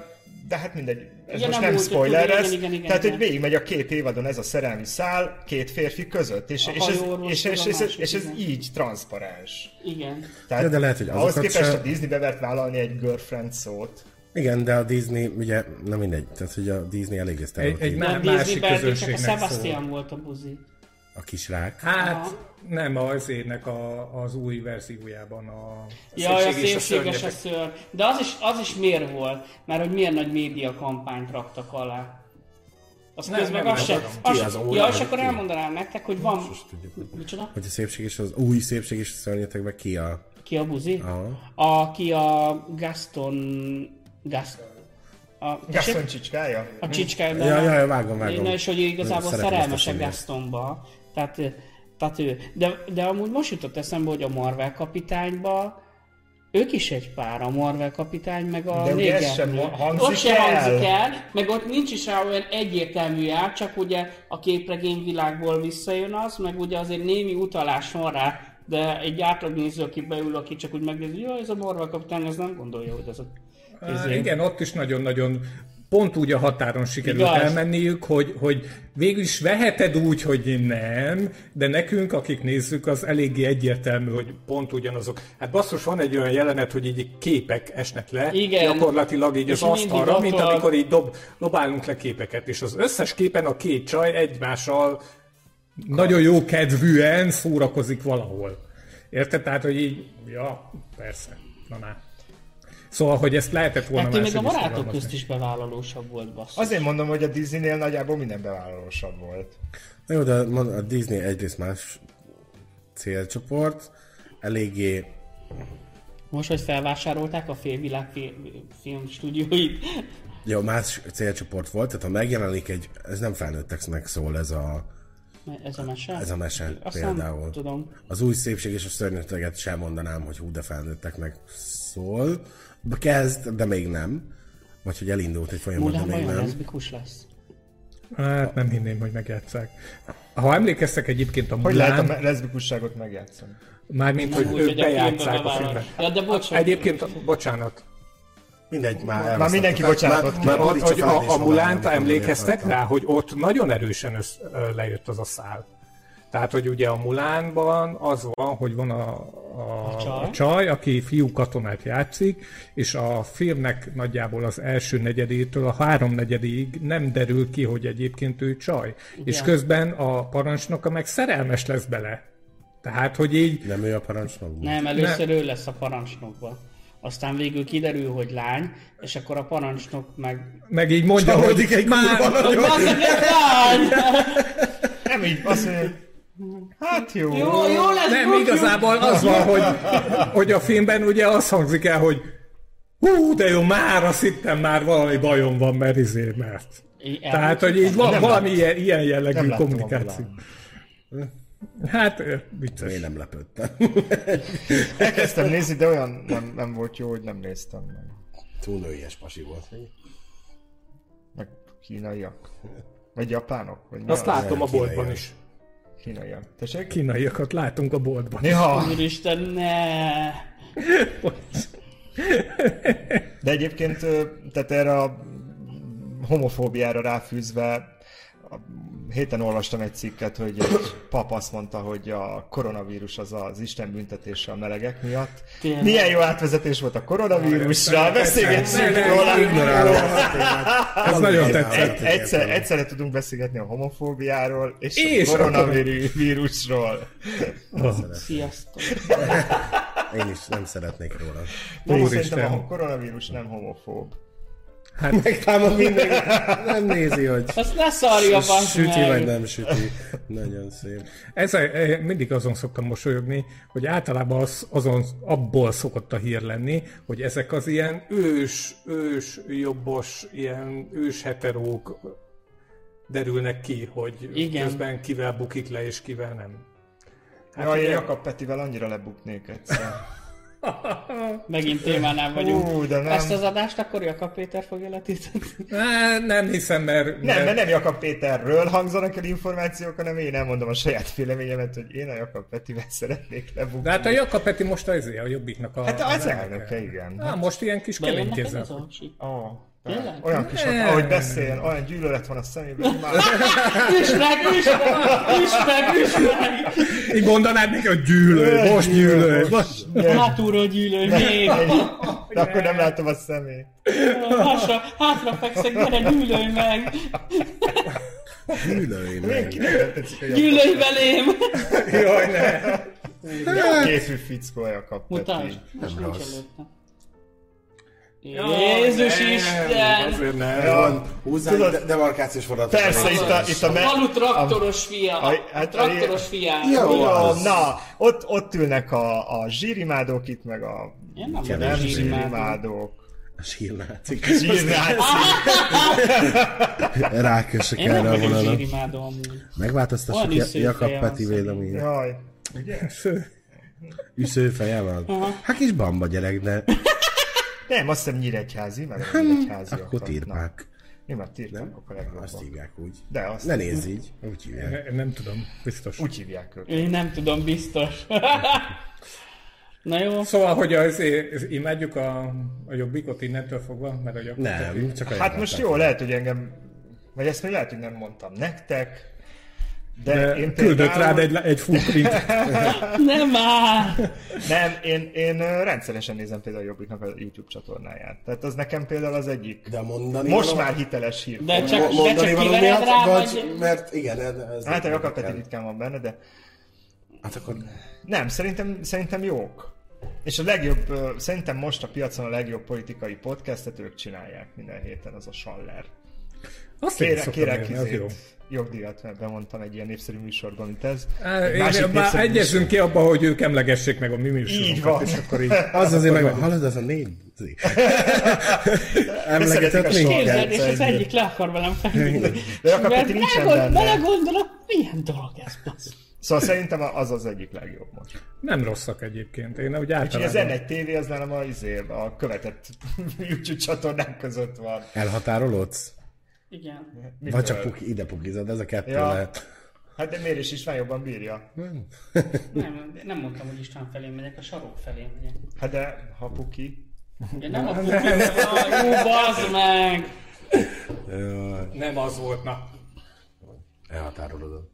C: de hát mindegy, ez
B: Igen,
C: most
B: nem
C: nem
B: úgy,
C: spoiler
B: tudom, igen,
C: lesz.
B: igen, igen,
C: Tehát,
B: igen.
C: hogy végigmegy a két évadon ez a szerelmi szál két férfi között, és,
B: A
C: és, ez,
B: hajóorvos
C: és,
B: meg
C: és,
B: a
C: és, ez,
B: másik,
C: és ez
B: igen.
C: így transzparens.
B: Igen.
C: Tehát,
A: Ja, de lehet, hogy
C: ahhoz
A: azokat
C: képest
A: se-
C: a Disney bevert vállalni egy girlfriend szót.
A: Igen, de a Disney, ugye, na mindegy, tehát hogy a Disney elég
D: egy, egy
A: sztereotíp.
B: De a
D: má-
B: Disney
D: másik
B: Berdi csak a
D: közönségnek szól.
B: Sebastian volt a buzi.
A: A kisrák.
D: Hát
B: Aha.
D: nem az ének a, az új verziójában a
B: Jaj, a
D: Szépség és a
B: szépséges a
D: Szörnyetek.
B: szőr. De az is, az is miért volt? Mert hogy milyen nagy média kampányt raktak alá. Azt
D: Nem,
B: közben
D: nem,
B: az
D: nem
B: se...
D: tudom.
A: Ki
B: Az,
A: az a
B: ja,
A: óra,
B: és
A: vagy
B: akkor
A: ki?
B: elmondanám nektek, hogy van...
A: Most tudjuk, hogy-
B: Micsoda?
A: Hogy a szépség és az új szépség és a szörnyetekben ki a...
B: Ki a buzi?
A: Aha.
B: Aki a Gaston... Gaston... A,
C: Gaston csicskája?
B: a csicskájban.
A: Ja, ja, ja, vágom, vágom.
B: Na és hogy igazából
A: Szeretem
B: szerelmes
A: ezt a
B: a
A: személyt.
B: Gastonba. Tehát, tehát ő. De, de amúgy most jutott eszembe, hogy a Marvel kapitányba ők is egy pár, a Marvel kapitány, meg a
C: De ugye ez
B: néger
C: sem
B: nő.
C: ma- hangzik
B: Ott sem
C: el.
B: hangzik el, meg ott nincs is rá olyan egyértelmű jár, csak ugye a képregény világból visszajön az, meg ugye azért némi utalás van rá, de egy átlagnéző, aki beül, aki csak úgy megnézi, hogy "Jaj, ez a Marvel kapitány, ez nem gondolja, hogy ez a...
D: Á, Igen, ott is nagyon-nagyon pont úgy a határon sikerült
B: Igaz.
D: Igaz. elmenniük, hogy, hogy végül is veheted úgy, hogy nem, de nekünk, akik nézzük, az eléggé egyértelmű, hogy pont ugyanazok. Hát basszus, van egy olyan jelenet, hogy így képek esnek le,
B: Igen.
D: gyakorlatilag így
B: És
D: az
B: mindig
D: asztalra,
B: ott
D: mint
B: van.
D: amikor így dob, dobálunk le képeket, és az összes képen a két csaj egymással nagyon jó kedvűen szórakozik valahol. Érted? Tehát, hogy így, ja, persze, na már. Szóval, hogy ezt lehetett volna
B: Hát ő még
D: máshogy
B: a
D: is
B: barátok
D: fogalmazni.
B: közt is bevállalósabb volt, basszus.
C: Azért mondom, hogy a Disneynél nagyjából minden bevállalósabb volt.
A: Na jó, de a a Disney egyrészt más célcsoport, eléggé
B: Most, hogy felvásárolták a félvilág fi- filmstúdióit.
A: jó, más célcsoport volt, tehát ha megjelenik egy, ez nem felnőtteknek szól ez a,
B: Ez a mese?
A: ez a mese
B: Azt
A: például.
B: Nem tudom.
A: Az új szépség és a szörnyeteget sem mondanám, hogy hú, de felnőtteknek szól. De kezd, de még nem. Vagy hogy elindult egy folyamat, de
B: Mulán
A: még
B: vajon
A: nem.
B: leszbikus lesz?
D: Hát nem hinném, hogy megjátszák. Ha emlékeztek egyébként a
C: Hogy lehet a
D: Mulán,
C: me- leszbikusságot megjátszani?
D: mármint, hogy
B: Úgy,
D: ők
B: hogy a filmbe
D: bejátszák a
B: bevállal.
D: filmben.
B: Ja, de bocs,
D: Egyébként, bocsánat,
A: Mindegy, már
C: Már
A: elvesztettem.
C: mindenki bocsánatot
A: Már-
C: kér.
A: már-
D: Hogy-
A: Boris
D: hogy
A: Csapát is
D: a, a
A: alá nem
D: Mulánt
A: tudom,
D: emlékeztek
A: miért
D: rá, hogy ott nagyon erősen össz, ö, lejött az a szál. Tehát, hogy ugye a Mulánban az van, hogy van a, a,
B: A csaj.
D: a csaj, aki fiú katonát játszik, és a filmnek nagyjából az első negyedétől a háromnegyedig nem derül ki, hogy egyébként ő csaj. És közben a parancsnoka meg szerelmes lesz bele. Tehát, hogy így
A: Nem ő a parancsnok? volt?
B: Nem, először ő lesz a parancsnokba. Aztán végül kiderül, hogy lány, és akkor a parancsnok meg...
D: meg így mondja, hogy
A: Csalódik egy kurva
B: Az
A: nagyon.
B: basszus, ez lány!
C: Nem így, azt mondja, hogy hát jó.
B: Jó, jó lesz,
D: Nem,
B: Brooke, jó.
D: igazából az van, hogy, hogy a filmben ugye az hangzik el, hogy hú, de jó, már azt hittem már valami bajom van, mert izé, mert.
B: Így el-
D: Tehát, hogy így van
C: Nem
D: valami ilyen, ilyen
C: Nem
D: jellegű
C: láttam a
D: kommunikáció. Hát, ö, vicces.
A: Én nem lepődtem.
C: Elkezdtem nézni, de olyan nem, nem volt jó, hogy nem néztem meg.
A: Túl nőies pasi volt.
C: Meg kínaiak. Vagy japánok. Vagy mi
D: Azt
C: az?
D: látom a boltban is.
C: Kínaiak. Tessék?
D: Kínaiakat látunk a boltban.
C: Néha.
B: Úristen, ne!
C: De egyébként, ö, tehát erre a homofóbiára ráfűzve, a héten olvastam egy cikket, hogy egy pap azt mondta, hogy a koronavírus az az Isten büntetése a melegek miatt.
B: Tényleg.
C: Milyen jó átvezetés volt a koronavírusra, beszélgessünk
D: Ne, ne,
C: róla.
A: Ignorálom.
D: Ez nagyon
A: Ignorálom.
D: tetszett.
C: Egy, egyszer, egyszerre tudunk beszélgetni a homofóbiáról és,
D: És
C: a
D: a
C: koronavírusról.
D: Ah.
B: Sziasztok!
A: Én is nem szeretnék róla.
C: De
D: Úristen.
C: szerintem a koronavírus nem homofób.
D: Hát,
A: Megtámad mindenki. Nem nézi, hogy
B: Azt ne szarja, bassz
A: süti vagy
B: meg!
A: nem süti. Nagyon szép.
D: Ez, eh, mindig azon szoktam mosolyogni, hogy általában az, azon, abból szokott a hír lenni, hogy ezek az ilyen ős, ős, jobbos, ilyen ős heterók derülnek ki, hogy
B: Igen.
D: közben kivel bukik le és kivel nem.
C: Hát Jaj, én
D: ugye-
C: Jakab Petivel annyira lebuknék egyszer.
B: Megint témánál vagyunk.
C: Ú, de nem.
B: Ezt az adást akkor Jakab Péter fogja letíteni.
D: Á, nem hiszem, mert...
C: Nem, mert nem Jakab Péterről hangzanak el információk, hanem én elmondom a saját véleményemet, hogy én a Jakab Petivel szeretnék
D: De
C: lebukni.
D: hát a Jakab Peti most az a jobbiknak a...
C: Hát az elnöke, igen.
D: Á, most ilyen kis kemény
B: Bejönnek ez
D: kézzel.
B: a csi?
C: Ó,
B: Tényleg?
C: olyan kis,
D: Nem.
C: ahogy beszél, olyan gyűlölet van a szemében. hogy Már...
B: Üsd meg, üsd meg, üsd meg, üsd meg!
D: Így mondanád neki, hogy gyűlöl, most gyűlöl. Most.
B: Hátulról gyűlölj, még!
C: De akkor nem látom a szemét.
B: Hasra, hátra fekszek, gyere, gyűlölj meg!
A: Hűlői meg.
C: Kinek tetszik, hogy a
B: Gyűlölj velém!
D: Jaj, ne.
C: képű fickó a Jakab Peti.
B: Mutasd, most
A: Nem
B: nincs
A: rossz.
B: előtte. Jézus Isten!
D: Azért nem.
A: Van, húzzál
C: Tudod-
A: de- demarkációs vonatot.
C: Persze, itt a, itt a, me-
B: Alu traktoros fia!
C: a- hát
B: A
C: a-
B: traktoros fiá!
A: Jó.
C: Jó,
A: az.
C: na, ott, ott ülnek a, a zsírimádók itt, meg a
B: Én nem
A: Kevés
B: vagyok
C: nem
B: zsírimádó.
C: zsírimádók.
A: A sírnácik.
C: Zsírnáci.
A: Rákösök
B: Én nem
A: erre a
B: vagyok
A: vonalat.
B: zsírimádó amúgy.
A: Megváltoztassuk
B: Van
A: Ja-
B: üszőfeje
A: Jakab
B: van
A: Peti
B: szerintem.
A: véleményét.
C: Jaj,
A: Üszőfeje van? Hát kis bamba gyerek, de
C: Nem, azt hiszem Nyíregyházi, mert a Nyíregyháziak.
A: Hát, akkor
C: vannak.
A: tirpák.
C: Nem, a tirpákok a
A: Azt
C: legjobbak.
A: hívják úgy.
C: De azt
A: Ne nézz így. Úgy hívják.
D: Nem tudom, biztos.
C: úgy hívják őket.
B: Én nem tudom, biztos. Na jó,
D: Szóval, hogy az, az imádjuk a, a jobbikot innentől fogva, mert a jobb.
A: Nem, csak a
C: Hát
A: Jakab
C: most
A: Peti.
C: jó, lehet, hogy engem... Vagy ezt még lehet, hogy nem mondtam nektek. De,
D: De
C: én
D: küldött
C: például-
D: rád egy, egy footprint.
B: nem már!
C: Nem, én, én ö, rendszeresen nézem például a Jobbiknak a YouTube csatornáját. Tehát az nekem például az egyik.
A: De mondani
C: most
A: való-
C: már hiteles hír.
B: De
A: Mo-
B: csak, de
A: mondani
B: csak
A: való
B: kivered
A: miatt,
B: rá,
A: vagy...
B: vagy...
A: Mert igen, ez- ez...
C: Hát a Jakab Peti ritkán van benne, de
A: Hát akkor...
C: Nem, szerintem, szerintem jók. És a legjobb, ö, szerintem most a piacon a legjobb politikai podcastet ők csinálják minden héten, az a Schaller.
D: Azt én
C: Kérek,
D: szoktam
C: kérek
D: élni, az jó.
C: kizét. Jogdíjat, mert bemondtam egy ilyen népszerű műsorban, mint ez.
D: Á,
C: Egy
D: én- Már
C: népszerű
D: egyezünk ki abba, hogy ők emlegessék meg a mi
C: Így van.
D: műsorunkat, és akkor így...
A: Az azért meg... Hallod, az a nézi.
C: szeretik a
A: Emlegetett
C: sort.
A: minket.
B: Képzeld, és az egyik le akar velem felhívni.
C: műsor. De Jakab
B: Mert
C: Peti nincsen
B: belegond-
C: benne.
B: belegondolok, milyen dolog ez, bassz.
C: Szóval szerintem az az egyik legjobb most.
D: Nem rosszak egyébként. Én úgy
C: Úgyhogy az
D: általában...
C: N1 TV az nálam a, izé, a követett YouTube csatornák között van.
A: Elhatárolódsz?
B: Igen.
A: Vagy csak puki, ide pukizod, ez a kettő
C: Ja.
A: lehet.
C: Hát de miért is István jobban bírja?
B: Nem, nem mondtam, hogy István felé megyek, a sarok felé megyek.
C: Hát de ha puki,
B: Ja, nem a pukul, jó, bazd meg!
A: Jaj,
D: Nem az volt, na.
A: Elhatárolódod.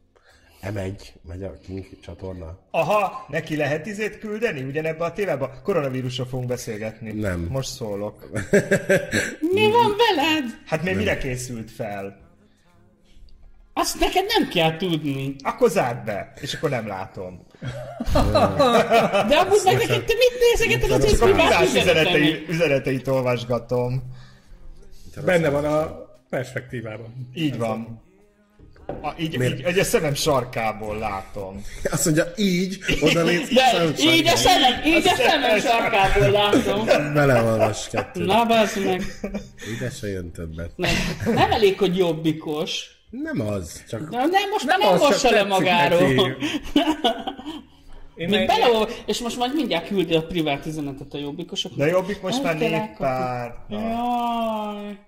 A: M1, megy a King csatorna.
C: Aha, neki lehet izét küldeni ugyanebbe a témába? Koronavírusról fogunk beszélgetni.
A: Nem.
C: Most szólok.
B: Mi van veled?
C: Hát még mire készült fel?
B: Azt neked nem kell tudni.
C: Akkor zárd be, és akkor nem látom.
B: De amúgy meg neked te mit nézegeted az én
C: Csak a
B: privát
C: kívás
B: üzeneteimet?
C: üzenetei, üzeneteit olvasgatom.
D: Benne van a perspektívában.
C: Így van. A, így, így, így, a szemem sarkából látom.
A: Azt mondja, így, oda szóval lépsz,
B: De így a szemem, így a
C: Azt
B: szemem
C: hiszem,
B: sarkából látom.
A: Beleolvas kettő.
B: Na bazd meg.
A: Ide se jön többet.
B: Nem, nem elég, hogy jobbikos.
A: Nem az, csak
B: Na, nem, most már
D: Nem
B: nem
D: az, csak
B: mossa le
D: tetszik
B: magáról.
D: neki.
B: Még
D: Én meg-
B: beleol, és most majd mindjárt küldi a privát üzenetet a jobbikosok.
C: De jobbik most már
B: Hogy kell
C: néppár.
B: elkapni? Jaj.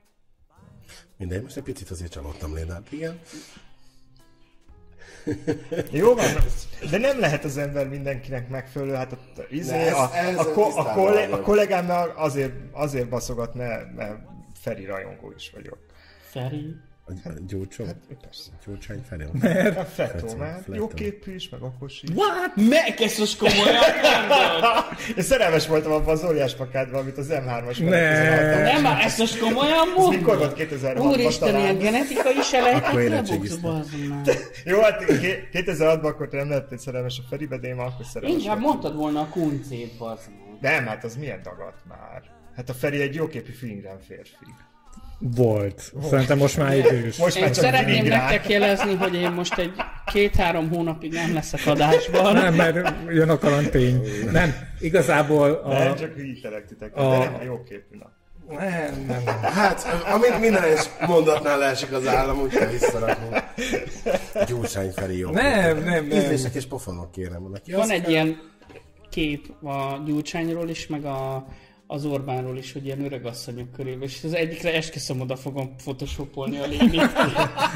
A: mindegy, most egy picit azért csalódtam Lénát, igen.
C: Jó van, de nem lehet az ember mindenkinek megfelelő, hát a, izé,
A: Ne,
C: a,
A: ez- ez
C: a, ko, a,
A: tisztában
C: kollé,
A: vagyok.
C: a kollégámnak azért, azért baszogat, mert, mert Feri rajongó is vagyok.
B: Feri.
A: A a Gyurcsó,
C: Persze.
A: Gyurcsány felé.
C: A Fetó,
A: Fetó,
C: mert
A: Fetó.
C: jó képű is, meg okos is.
B: What? Megkezd most komolyan mondod?
C: Én szerelmes voltam abban az óriás pakádban, amit az M3-as
D: Ne.
C: megkizaltam.
B: Nem, már ezt most komolyan mondod?
C: mikor volt? 2006-ban
B: Úristen,
C: talán.
B: ilyen genetikai se
A: Akkor
B: lehetett
A: érettségiztem.
B: lebukszba azon már.
C: Jó, hát ké- 2006-ban akkor te nem lettél szerelmes a Feribe, de én már akkor szerelmes
B: Inkább
C: voltam.
B: mondtad volna a kuncét, bazd meg.
C: Nem, hát az milyen dagadt már? Hát a Feri egy jóképű fingren férfi.
D: Volt. Szerintem most már idős.
C: Most
B: Én
C: már csak
B: szeretném
C: fingren.
B: nektek jelezni, hogy én most egy két-három hónapig nem leszek adásban.
D: Nem, mert jön a karantén. Nem, igazából a...
C: Nem, csak hülyítelek titeket,
D: A-
C: de nem, jó képű nap.
D: Nem, nem.
A: Hát, amit minden is mondatnál leesik az állam, úgy kell visszarakom. Gyurcsány felé jó.
D: Nem, nem, nem.
A: Ízlések és pofonok kérem neki.
B: Van egy ilyen kép a Gyurcsányról is, meg a, az Orbánról is, hogy ilyen öreg asszonyok körében, és az egyikre esküszöm oda fogom photoshopolni a lényét.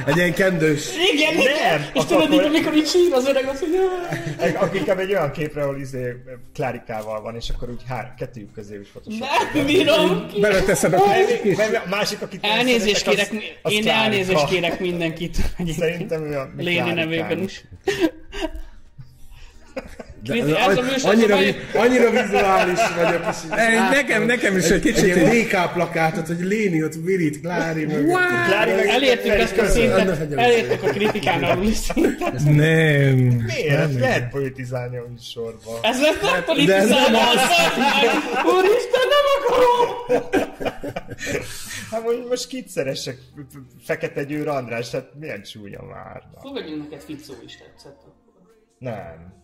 A: Egy ilyen kendős.
B: Igen, igen! És
C: akkor-
B: tudod, így, amikor így sír az öreg asszony,
C: Egy- Aki inkább egy olyan képre, ahol izé klárikával van, és akkor úgy hár, kettőjük közé úgy photoshop.
B: nem bírom ki.
D: Beleteszed a kis...
C: Mert a másik, akit
B: Elnézést
C: szeretek,
B: kérek,
C: az- az
B: én
C: Klárika.
B: elnézést kérek mindenkit. egyébként.
C: Szerintem ő a mi
B: Léni
C: Klárikánk.
B: nevében is.
A: De,
B: Krizi, ez a műsor
A: annyira,
B: szabály-
A: vi- annyira vizuális vagyok. És
D: Ne- Nekem, nekem is egy
A: egy
D: kicsit... így-
A: ilyen DK plakátot, hogy Léni ott virít Klári mögött.
C: Klári meg
B: Elértük
C: Feri
B: ezt a
C: között.
B: szintet, elértük a kritikán aluli szintet.
D: Nem.
C: Miért? Lehet politizálni a műsorban.
B: Ez lesz nem politizálás, úristen, nem akarom!
C: Hát mondjuk most kit szeressek? Fekete Győr András, hát milyen csúnya már. Na.
B: Fogadjunk neked Ficó is tetszett. akkor.
C: Nem.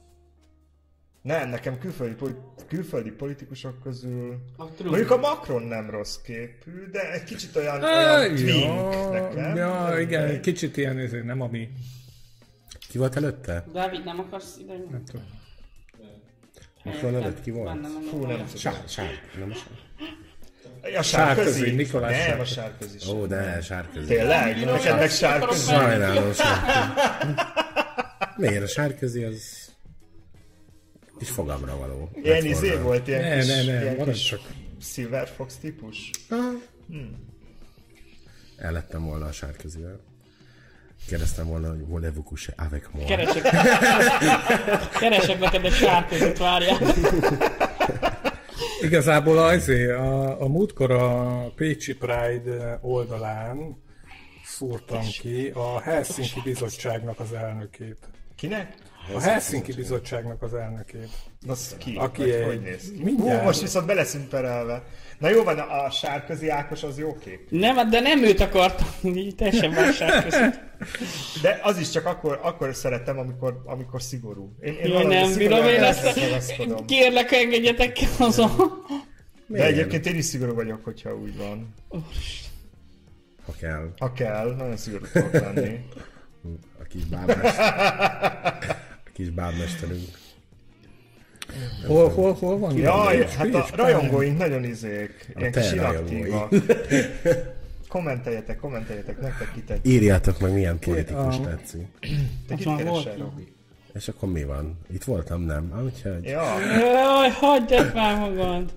C: Nem, nekem külföldi, poli- külföldi politikusok közül...
B: A Trump.
C: Mondjuk a Macron nem rossz képű, de egy kicsit olyan,
D: Á,
C: olyan twink
D: Ja,
C: nekem.
D: ja, igen, egy kicsit ilyen, ez nem ami...
A: Ki volt előtte?
B: Dávid, nem akarsz ide jönni?
A: Most van előtt, ki volt?
B: Bennem
C: Fú, nem tudom.
A: Sár, sár, nem a sár.
C: A
D: Sárközi,
C: sárközi.
D: Nikolás
C: Nem, a
D: Sárközi.
C: sárközi.
A: Ó, de sárközi.
C: Tényleg? Neked meg
B: akarok
C: sárközi.
B: menni.
A: Sajnálom, sárközi. Miért a sárközi az... Kis fogamra való.
C: Ilyen
A: Hát,
C: izé
A: onnan.
C: volt, ilyen
D: Ne,
C: kis,
D: ne, ne,
C: ilyen
D: maradj
C: kis
D: csak.
C: Silver Fox típus.
A: El lettem volna a sárközivel. Kérdeztem volna, hogy volevo coucher avec moi.
B: Keresek. Keresek neked egy sárközit, várjál.
D: Igazából azért, a, a múltkor a Pécsi Pride oldalán szúrtam ki a Helsinki Bizottságnak az elnökét.
C: Kinek?
D: A Helsinki Bizottságnak az elnökét.
C: Az ki?
D: Aki
C: Vagy
D: egy-
C: Hogy néz ki?
D: mindjárt.
C: Hú, most viszont beleszimperelve. Na jó van, a sárközi Ákos az jó kép.
B: Nem, hát de nem őt akartam, így teljesen más sárközit.
C: De az is csak akkor, akkor szeretem, amikor, amikor szigorú. Én, én,
B: Én
C: valahogy
B: nem
C: szigorúan
B: bírom, én
C: ehhez
B: ezt
C: ragaszkodom.
B: kérlek, engedjetek ki azon.
C: De egyébként én is szigorú vagyok, hogyha úgy van.
A: Ha kell.
C: Ha kell, nagyon szigorú tudok lenni.
A: A kis bábmester. A kis bábmesterünk.
D: Hol, hol, hol van?
C: Jaj,
D: Pécs,
C: hát
D: Pécs,
C: a
D: Pride.
C: rajongóink nagyon izék, ilyen
A: te
C: kis
A: rajongóid.
C: inaktívak. Kommenteljetek, kommenteljetek, nektek kitett.
A: Írjátok meg, milyen politikus
D: Ah.
A: tetszik.
C: Te
B: Az
C: kit
B: már
C: keresel,
B: volt.
C: Robi?
A: És akkor mi van? Itt voltam, nem? Ah, Úgyhogy...
C: Ja,
B: Jaj, hagyd el már magad.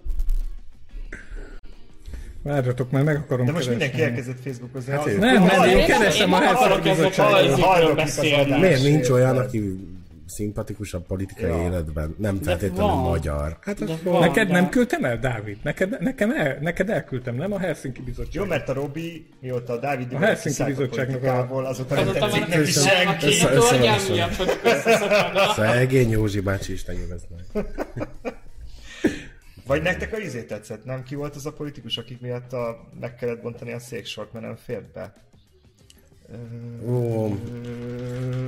D: Várjatok, már meg akarom
C: De most
D: keresni.
C: mindenki elkezdett Facebookozni.
A: Hát
C: Az-
A: ő.
D: Nem, nem, én
B: Halljuk.
D: keresem a
B: Én
D: Herzog
B: akarok ezek a
D: bizottságot.
B: hajzikről
C: Hallgatik az
B: beszélni.
C: adást.
A: Miért nincs
C: Érted?
A: olyan, aki szimpatikusabb politikai
C: Ja.
A: életben? Nem
B: De
A: feltétlenül
B: van.
A: magyar. Hát
B: De
A: akkor-
B: van.
D: Neked
B: de-
D: nem küldtem el, Dávid? Neked, nekem el, neked elküldtem, nem a Helsinki
C: Jó,
D: Bizottság.
C: mert a Robi, mióta a Dávid Dibor
D: Helsinki
C: kiszállt
D: Bizottságnak a-
C: politikából, azóta nem
B: Azóta
C: tetszik
B: már
C: neki
B: a
C: senki.
A: Össze-
B: két orgyám
A: összeolvasom.
B: miatt vagyok összeszakadva.
A: Szegény Józsi bácsi Isten élvezd meg.
C: Vagy nektek a izé tetszett, nem? Ki volt az a politikus, akik miatt a, meg kellett bontani a széksort, mert nem fért be?
A: Ó,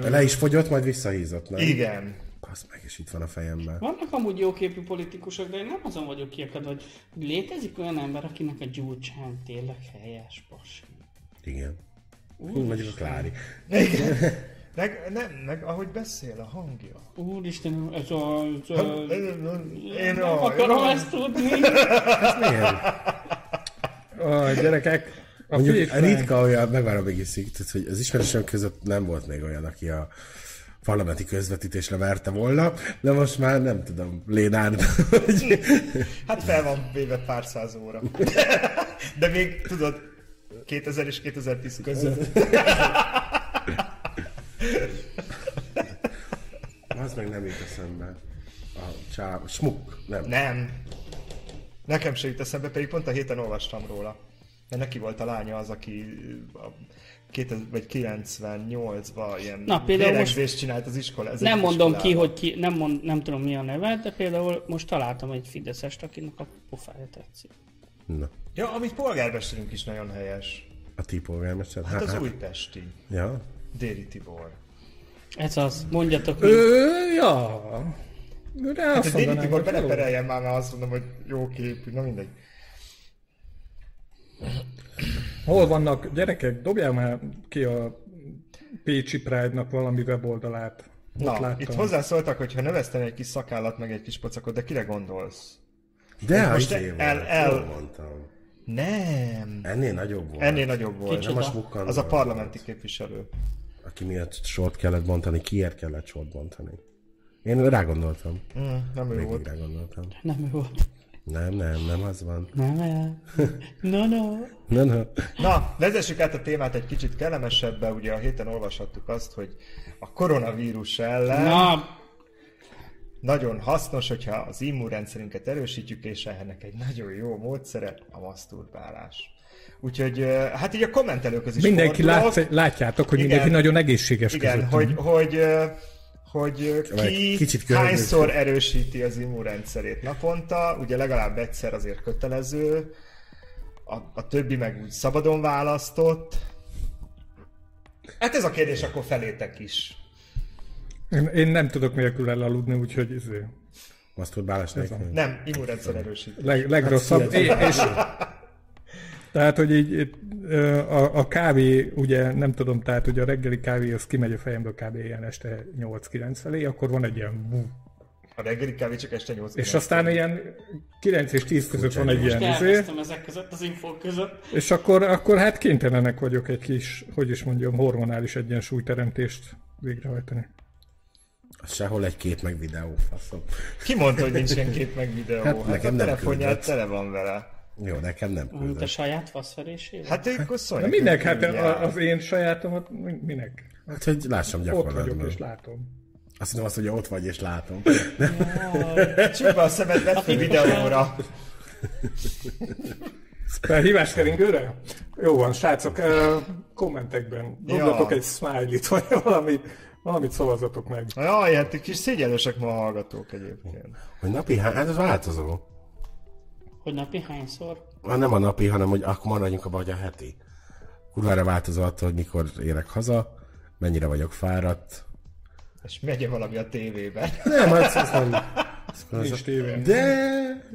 A: le is fogyott, majd visszahízott, nem?
C: Igen.
A: Basz meg, és itt van a fejemben.
B: Vannak amúgy jóképű politikusok, de én nem azon vagyok kiakadva, hogy létezik olyan ember, akinek a gyurcsán tényleg helyes pasi.
A: Igen. Hú, vagyok a Klári.
C: Igen. Meg, nem, meg ahogy beszél a hangja. Hát,
B: Úristen, ez a... Ez a...
C: Én
B: nem
C: a...
B: akarom ezt tudni.
A: Milyen?
D: Aj, gyerekek, a
A: Mondjuk
D: Mondjuk,
A: ritka olyan, megvárom még is, tehát, hogy az ismerősök között nem volt még olyan, aki a parlamenti közvetítésre verte volna, de most már nem tudom, Lénán, hogy
C: Hát fel van véve pár száz óra. De még tudod, 2000 és 2010 között.
A: az meg nem jut eszembe. A csáv, smuk, nem.
C: Nem. Nekem se jut eszembe, pedig pont a héten olvastam róla. Mert neki volt a lánya az, aki a 2000, vagy 98-ban ilyen
B: Na, például
C: lélegzést csinált az iskola. az
B: Nem
C: egyik
B: mondom ki,
C: iskolában.
B: hogy ki, nem, mond, nem tudom mi a neve, de például most találtam egy fideszest, akinek a pofája tetszik.
A: Na,
C: Ja, amit polgármesterünk is nagyon helyes.
A: a ti polgármester.
C: Hát az újpesti.
A: Ja.
C: Déri Tibor.
B: Ez az, mondjatok mi.
D: Ő, ja. De
C: Hát,
D: azt
C: hogy Déri
D: mondanánk,
C: Tibor
D: hogy jó.
C: belepereljen már, mert azt mondom, hogy jó képű, na mindegy.
D: Hol vannak, gyerekek, dobjál már ki a Pécsi Pride-nak valami weboldalát. Ott
C: Na,
D: láttam.
C: itt hozzászóltak, hogy ha növesztem egy kis szakállat, meg egy kis pocakot, de kire gondolsz?
A: De
C: Most
A: most
C: el-
A: el,
C: el-
A: el, mondtam.
C: Nem.
A: Ennél nagyobb volt.
C: Ennél nagyobb volt.
A: nem
B: Kicsoda.
A: a smukkan
C: Az a
A: volt,
C: parlamenti képviselő.
A: Aki miatt sort kellett bontani, kiért kellett sort bontani. Én rá gondoltam.
C: Mm, nem ő
A: Végig
C: volt.
A: rá gondoltam.
B: Nem ő volt.
A: Nem, nem, nem az van.
B: Nem el. No, no.
A: Nem, nem.
C: Na, vezessük át a témát egy kicsit kellemesebbe. Ugye a héten olvashattuk azt, hogy a koronavírus ellen
B: Na,
C: nagyon hasznos, hogyha az immunrendszerünket erősítjük, és ennek egy nagyon jó módszere a maszturbálás. Úgyhogy, eh, hát így a kommentelők az is
D: Mindenki
C: fordulok.
D: lát, látjátok, hogy
C: Igen.
D: mindenki nagyon egészséges
C: Igen,
D: közöttünk.
C: hogy, hogy, ö, hogy ö,
A: Meg
C: ki
A: kicsit körülnézünk.
C: hányszor erősíti az immunrendszerét naponta, ugye legalább egyszer azért kötelező, a, a többi meg úgy szabadon választott. Hát ez a kérdés akkor felétek is.
D: Én, én nem tudok nélkül elaludni, úgyhogy izé,
A: Masturbálás nélkül.
C: Nem, immunrendszer erősíti.
D: leg, legrosszabb.
A: Hát,
D: É, és, tehát, hogy így itt, ö, a, a kávé, ugye nem tudom, tehát, hogy a reggeli kávé az kimegy a fejemből kb. ilyen este 8-9 felé, akkor van egy ilyen vú.
C: A reggeli kávé csak este 8
D: és aztán ilyen 9 és 10 között van egy ilyen izé,
B: elvesztem ezek között, az infók között.
D: és akkor, akkor hát kénytelenek vagyok egy kis, hogy is mondjam, hormonális egyensúlyteremtést végrehajtani.
A: Hát Sehol egy kép meg videó, faszom.
C: Ki mondta, hogy nincs ilyen kép meg videó?
A: Hát
C: Hát, hát
A: nekem
C: a
A: nem
C: telefonját
A: küldött.
C: tele van vele.
A: Jó, nekem nem
D: Hát,
B: Mint a
A: küldött.
B: saját faszverésével? Hát,
C: Hát ő akkor szólj
D: Na
C: neki,
D: minek? Hát
C: küldje
D: a-
C: el.
D: az én sajátomat mi- minek?
A: Hát, hogy lássam
D: Ott vagyok
A: gyakorlatban.
D: és látom.
A: Azt hiszem azt, hogy ott vagy és látom.
C: Csukd be a szemed, vedd fel videóra.
D: Felhívás keringőre? Jó van, srácok, ö, kommentekben dobjatok
C: Ja.
D: egy smiley-t, vagy valamit, valamit szavazatok meg.
C: Jaj, hát ti kis szégyenlősek ma a hallgatók egyébként.
A: Hogy napi hány, hát ez változó.
B: hogy napi hányszor?
A: Hát nem a napi, hanem hogy akkor maradjunk abban, hogy a heti. Kurvára változó attól, hogy mikor érek haza, mennyire vagyok fáradt.
C: És megye valami a tévében.
A: Nem, hát ez nem.
D: Nincs tévé.
A: De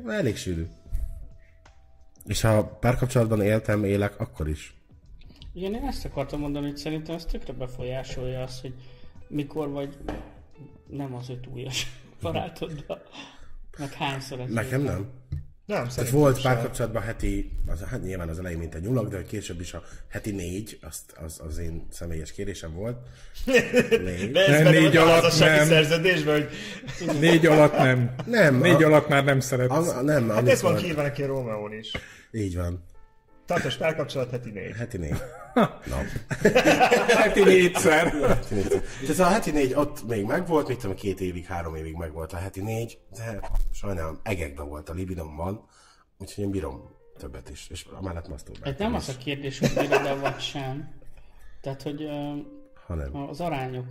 A: elég sűrű. És ha párkapcsolatban éltem, élek, akkor is.
B: Igen, én ezt akartam mondani, hogy szerintem ez tökre befolyásolja azt, hogy mikor vagy nem az öt újas barátoddal. Meg hányszor ez?
A: Nekem nem.
C: Nem,
A: Tehát
C: szerintem
A: volt
C: sem.
A: párkapcsolatban heti, az, hát nyilván az elején mint egy nyulak, de hogy később is a heti négy, azt, az, az én személyes kérésem volt. Négy.
C: De ez
D: Ne,
C: benne
D: négy
C: van a
D: alatt
C: házassági
D: nem.
C: szerződésben, hogy
D: Négy alatt nem.
A: Nem,
D: Négy
A: a-
D: alatt már nem szeretsz.
A: Az, nem,
C: hát ez van
A: amikor,
C: kiírva neki a Rómeón is.
A: Így van.
C: Tartós párkapcsolat heti négy.
A: Heti négy. Nap.
D: Heti négyszer.
A: Heti négy. Tehát a heti négy ott még megvolt, mit tudom, két évig, három évig megvolt a heti négy, de sajnálom, egekben volt a libidomban, úgyhogy én bírom többet is, és amellett masturbáltam
B: Hát nem
A: is,
B: az a kérdés, hogy bírod-e vagy sem. Tehát, hogy ö,
A: hanem.
B: az arányok,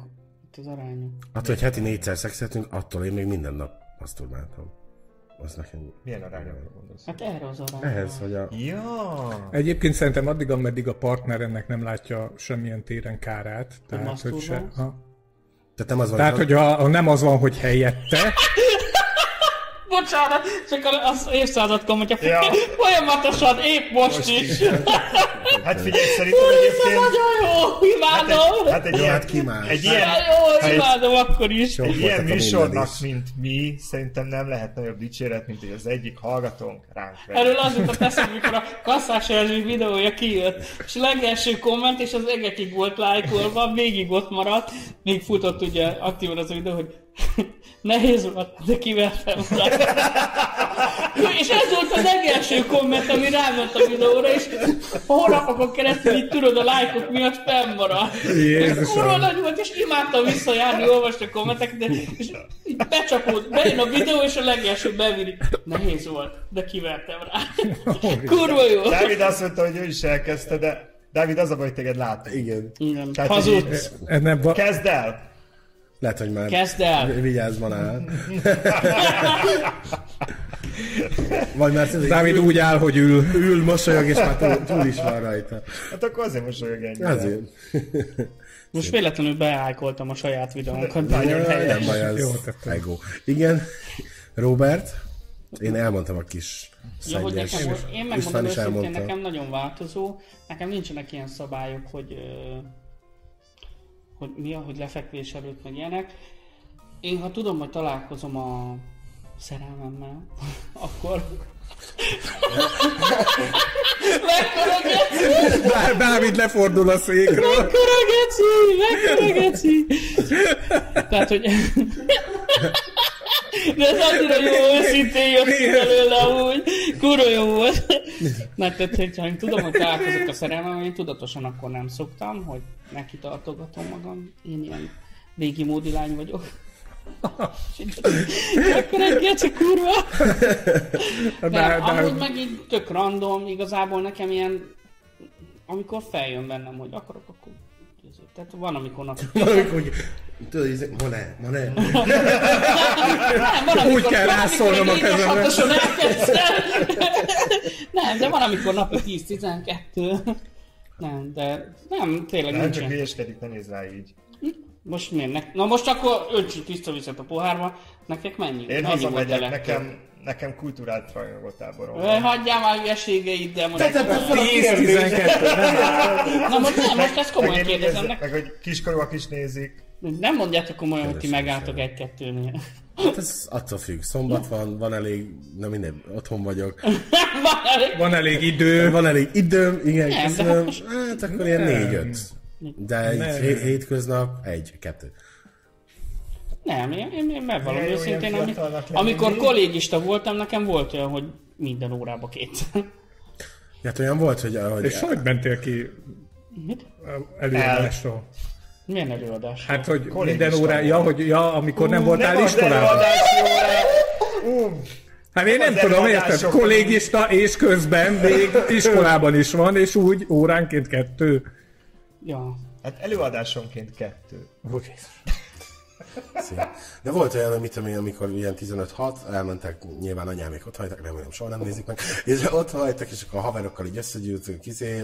B: itt az arányok.
A: Attól, Hát, hogy heti négyszer szexeltünk, attól én még minden nap masturbáltam. Az nekem...
C: Milyen arányokra gondolsz?
B: Hát erre az
C: Eh.
B: arány.
A: Ehhez, hogy a...
C: Ja,
D: Egyébként szerintem addig, ameddig a partner ennek nem látja semmilyen téren kárát. Tehát, hogy se,
B: masturbálsz?
D: ha,
A: Tehát nem az van,
D: tehát,
A: hogy...
D: hogy ha, ha nem az van, hogy helyette,
B: Bocsánat, csak az évszázadkom, hogyha
C: Ja.
B: ja. folyamatosan épp most,
C: Most
B: is.
C: is.
B: is.
C: hát figyelj, szerintem egyébként...
B: nagyon jó, imádom!
C: Hát egy
A: Jó,
C: ilyen,
A: hát ki más?
C: egy ilyen,
B: Nagyon jó,
C: egy-
B: imádom akkor is.
A: Jó.
C: Egy ilyen
A: voltak a
C: műsornak,
A: minden is.
C: mint mi, szerintem nem lehet nagyobb dicséret, mint hogy az egyik hallgatónk ránk vett.
B: Erről az jutott eszembe, mikor a kasszás jelző videója kijött, és a legelső komment, és az egekig volt lájkolva, végig ott maradt, még futott ugye aktívan az a videó, hogy nehéz volt, de kivertem És ez volt az legelső komment, ami ráment a videóra, és hónapokon keresztül így tudod a lájkok miatt fennmaradt.
D: Jézusom.
B: Kurva nagy volt, és imádtam visszajárni, olvasni a kommenteket, de és így becsapód, bejön a videó, és a legelső bevíri. Nehéz volt, de kivertem rá. Kurva jó.
C: Dávid azt mondta, hogy ő is elkezdte, de Dávid az a baj, hogy téged lát.
A: Igen.
B: Igen,
C: Tehát
B: hazudsz.
D: ennek va-
C: Kezd el!
A: Lehet, hogy már...
B: Kezd el.
A: Vigyázz van el. Vagy már tudod,
D: Dávid úgy áll, hogy ül.
A: ül, mosolyog, és már túl, túl is van rajta.
C: Hát akkor azért mosolyog ennyire.
A: Azért.
B: Most véletlenül beájkoltam a saját videónkat. Nagyon
A: Jaj,
B: helyes.
A: Nem baj,
D: Jól
A: ez
D: tettem.
A: ego. Igen, Robert, én elmondtam a kis
B: Ja, hogy
A: szennyes.
B: nekem, volt- én megmondom
A: István is
B: őszintén,
A: elmondta.
B: nekem nagyon változó. Nekem nincsenek ilyen szabályok, hogy, ö, hogy mi, a, hogy lefekvés előtt, meg ilyenek. Én, ha tudom, hogy találkozom a szerelmemmel, akkor... Mekkora geci!
D: Dá- Dávid lefordul a székről.
B: Mekkora geci! Mekkora geci! Tehát, hogy... De ez annyira jó őszintén jött ki belőle amúgy. Kurva jó volt. Na, tehát, hogyha én tudom, hogy találkozok a szerelmem, én tudatosan akkor nem szoktam, hogy neki tartogatom magam. Én ilyen régi módi lány vagyok. akkor egy geci kurva.
D: Dá-
B: Mert
D: Dá-
B: amúgy meg így tök random, igazából nekem ilyen, amikor feljön bennem, hogy akarok, akkor tehát van, amikor nap...
A: Valamikor, hogy tudod, így, ma ne, ma ne.
B: Nem, van, amikor,
D: Úgy kell
B: van,
D: rászólnom
B: amikor
D: a
B: így
D: kezemre.
B: édeshatosan elkezdtem. Nem, de van, amikor napi 10-12. Nem, de nem, tényleg
C: Nem csak
B: nincsen.
C: hülyeskedik, ne nézz rá így.
B: Most miért? Ne... Na most akkor öntsük tiszta vizet a pohárba. Nektek mennyi?
C: Én
B: mennyi volt
C: hazamegyek,
B: elektek?
C: hát nekem, nekem kultúrált rajongó táborom.
B: Ö, Hagyjál már hülyeségeiddel, mondjuk.
A: fel a
D: 10-12.
B: Na most nem, most hát ezt komolyan
C: Meg én így
B: kérdezem.
C: érzem,
B: Nekem
C: Meg hogy kiskorúak is nézik.
B: Nem mondjátok komolyan, hogy ti
A: Kérdezem
B: megálltok egy-kettőnél.
A: Hát ez attól függ. Szombat van, van elég, na minden, otthon vagyok.
B: Van elég.
D: Van elég idő.
A: Van elég időm, igen,
B: Nem, de hát
A: köszönöm.
B: most-
A: Hát akkor ilyen
D: Nem.
A: négy-öt. De
D: Nem.
A: egy hé- hétköznap egy, kettő.
B: Nem, én, én, én megvallom
C: Milyen jó
B: őszintén,
C: ilyen
B: ami,
C: fiatalnak lenni.
B: amikor kollégista voltam, nekem volt olyan, hogy minden órába két.
A: Hát olyan volt, hogy... hogy
D: És hogy mentél ki
B: Mit?
D: előadásról?
B: Milyen előadás?
D: Hát, hogy
C: Kollégista
D: minden órá, ja, hogy ja, amikor nem voltál
C: Nem az
D: iskolában.
C: előadási órán. Ú,
D: Hát én nem
C: az
D: tudom, érted,
C: előadások.
D: kollégista és közben még iskolában is van, és úgy óránként kettő.
B: Ja.
C: Hát előadásonként kettő.
A: Szia. De volt olyan, amit tudom én, amikor ilyen 15-6, elmentek, nyilván anyámék ott hagytak, remélem soha nem nézik meg, és ott hagytak, és akkor a haverokkal így összegyűltünk, izé,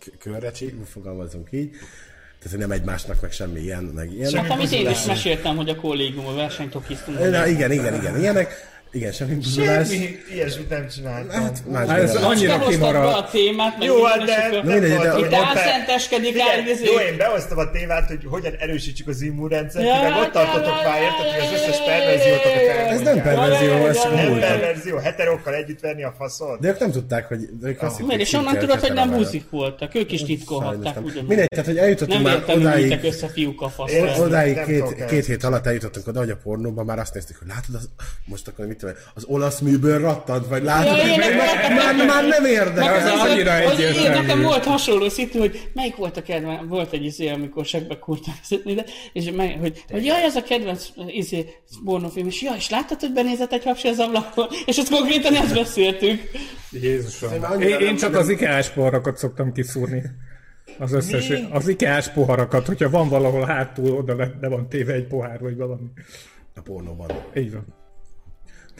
A: k- körre csí- fogalmazunk így, tehát hogy nem egymásnak, meg semmi ilyen, meg ilyen.
B: Hát amit én is meséltem, hogy a kollégium a versenytokiztunk.
A: Na, igen, igen, igen, ilyenek. Igen, semmi buzulás.
C: Semmi ilyesmit nem csináltam.
A: Hát, más
D: Hát ez
A: bele.
D: annyi-
B: Te
D: annyira
B: hoztad
D: kimaradt.
B: be a témát, meg
C: Jó, hát
B: minden, és
C: de...
B: akkor-
A: Na mindegy, de-
B: Itt
A: Ott
B: álszenteskedik el,
C: Igen,
B: izé.
C: jó, én behoztam a témát, hogy hogyan erősítsük az immunrendszert,
B: Ja,
C: ja, meg ott tartotok
B: ja,
C: már,
B: ja,
C: érted, hogy az
B: ja,
C: összes
B: ja,
C: perverziótokat
B: ja, ja, ja.
A: Ez
C: elmondják.
A: nem perverzió, ez
B: Nem
C: Nem
A: múlt.
C: perverzió, heterokkal együtt verni a faszot.
A: De ők nem tudták, hogy... De ők azt hitték,
B: Miért? És onnan
A: hogy
B: tudod, hogy nem
A: kettőre
B: buzik voltak. Ők
A: válnak.
B: is
A: Sajnos
B: titkolhatták
A: nem.
B: ugyanúgy.
A: Mindegy, tehát hogy eljutottunk
B: Nem
A: már
B: értem, hogy
A: odáig,
B: össze fiúk a
C: Én-
B: faszra.
A: O- odáig
C: Nem
A: két,
C: tudok el.
A: két hét alatt eljutottunk oda, hogy a pornóban már azt néztük, hogy látod, az, most akkor mit tudom tudom, az olasz műből rattant, vagy látod,
B: Ja,
A: hogy
B: ilyenek
A: már, már, már nem érdekel.
D: az annyira
B: hogy én-
D: egyértelmű.
B: Nekem volt hasonló szitu, hogy melyik volt a kedvenc, volt egy izé, amikor segbe kurtam szedni, de, és meg, hogy, hogy jaj, ez a kedvenc izé, pornófilm, és jaj, és láttad, hogy benézett egy hapsi az ablakon, és ezt konkrétan ezt beszéltük.
A: Én
D: Jézusom.
A: annyira
D: Én, én
A: nem-
D: csak
A: nem-
D: az ikás poharakat szoktam kiszúrni. Az összes,
C: Mi?
D: az ikás poharakat, hogyha van valahol hátul, oda le, le van téve egy pohár, vagy valami.
A: A pornóban.
D: Így van.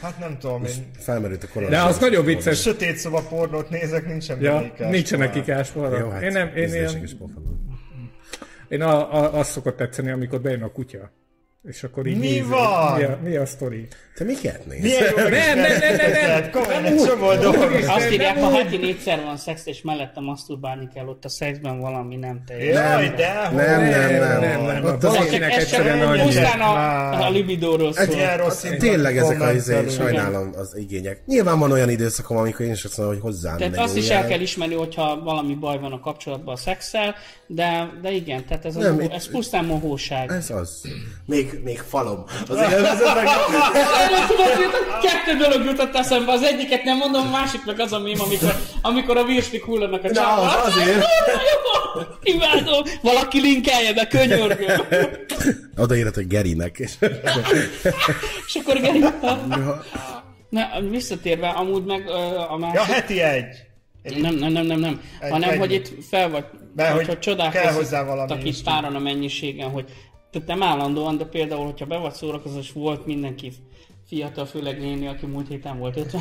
C: Hát nem tudom, én
A: Felmerült a korona.
D: De az nagyon vicces.
C: sötét szoba pornót nézek, nincsen
D: Ja,
C: benne ikás
D: nincsenek
C: pohár.
D: ikás poharak.
A: Jó, hát
D: én nem, én, ilyen, én a, a, azt szokott tetszeni, amikor bejön a kutya. És akkor így
C: Mi
D: nézi.
C: van?
D: Mi a, mi a sztori?
A: Te miket néz?
C: Milyen jó,
D: Nem, nem, nem, nem, nem.
C: Tehát komolyan egy csomó dolog.
B: Azt írják,
D: nem
B: ha
D: úgy.
B: heti négyszer van szex, és mellette masturbálni kell, ott a szexben valami nem teljes. Szóval
C: Jaj, de
A: Nem, nem, nem,
D: nem, nem.
A: Ott az
B: Csak
D: Valaki-
A: én...
D: Valakinek
B: ez
D: egyszerűen
B: csak
D: annyi.
B: pusztán a,
C: Már.
B: a libidóról szól.
C: Hát Ilyen rossz
A: Szóval hát Tényleg ezek a izé,
C: kommentelő.
A: sajnálom az igények. Nyilván van olyan időszakom, amikor én is azt mondom, hogy hozzám
B: Tehát
A: ne
B: azt is
A: nyúljál.
B: el kell ismerni, hogyha valami baj van a kapcsolatban a szexel, de, de igen, tehát ez,
A: Nem,
B: nem, a,
A: itt-
B: ez pusztán mohóság.
A: Ez az. Még, még falom. Az
B: Erről Hát, tudod, hogy jutott- Kettő dolog jutott eszembe, az egyiket nem mondom, a másik meg az a mém, amikor, amikor a virslik hullanak a Hát,
A: Na,
B: csapba.
A: az azért.
B: Imádom, valaki linkelje be, könyörgöm.
A: Odaírhat, hogy Gerinek. És...
B: És akkor Geri, Na, visszatérve, amúgy meg ö, a másik...
C: Ja, heti egy.
B: Nem, nem, nem, nem, nem.
C: Egy-
B: hanem,
C: egy-
B: hogy itt fel vagy,
C: Mert
B: hogy,
C: hogy
B: hogy csodák
C: kell hozzá valami
B: itt
C: is.
B: páran a mennyiségen, hogy tehát nem állandóan, de például, hogyha be vagy szórakozó, és volt mindenki fiatal, főleg néni, aki múlt héten volt 50,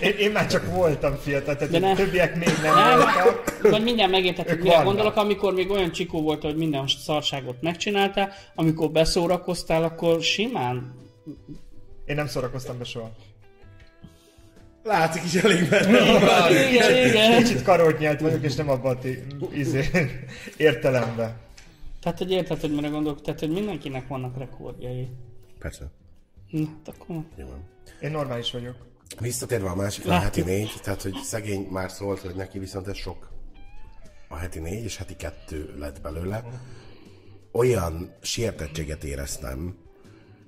C: Én, én már csak voltam fiatal, tehát
B: De ne.
C: a többiek még nem
B: Nem.
C: voltak.
B: vagy mindjárt megértettek,
C: Ők
B: mire
C: vannak.
B: gondolok, amikor még olyan csikó volt, hogy minden szarságot megcsináltál, amikor beszórakoztál, akkor simán
C: Én nem szórakoztam be soha.
A: Látszik is elég benne.
B: igen, igen.
C: Kicsit karolt nyelt vagyok, és nem abban a ti- izé, értelemben.
B: Tehát, hogy érted, hogy mire gondolok, tehát, hogy mindenkinek vannak rekordjai.
A: Persze.
B: Na, hát akkor...
A: Jó van.
C: Én normális vagyok.
A: Visszatérve a másikra, a heti négy, tehát hogy szegény már szólt, hogy neki viszont ez sok. A heti négy és heti kettő lett belőle. Olyan sértettséget éreztem,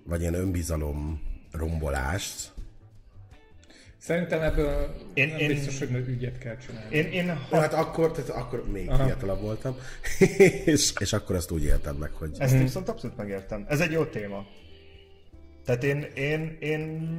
A: vagy ilyen önbizalom rombolást,
D: Szerintem ebből én,
C: Én-
D: nem
C: én-
D: biztos, hogy ügyet kell csinálni.
C: Én, én
A: Jó, hát akkor, tehát akkor még Aha. fiatalabb voltam, és, és akkor ezt úgy éltem meg, hogy
D: Mhm.
C: Ezt viszont abszolút megértem. Ez egy jó téma. Tehát én, én, én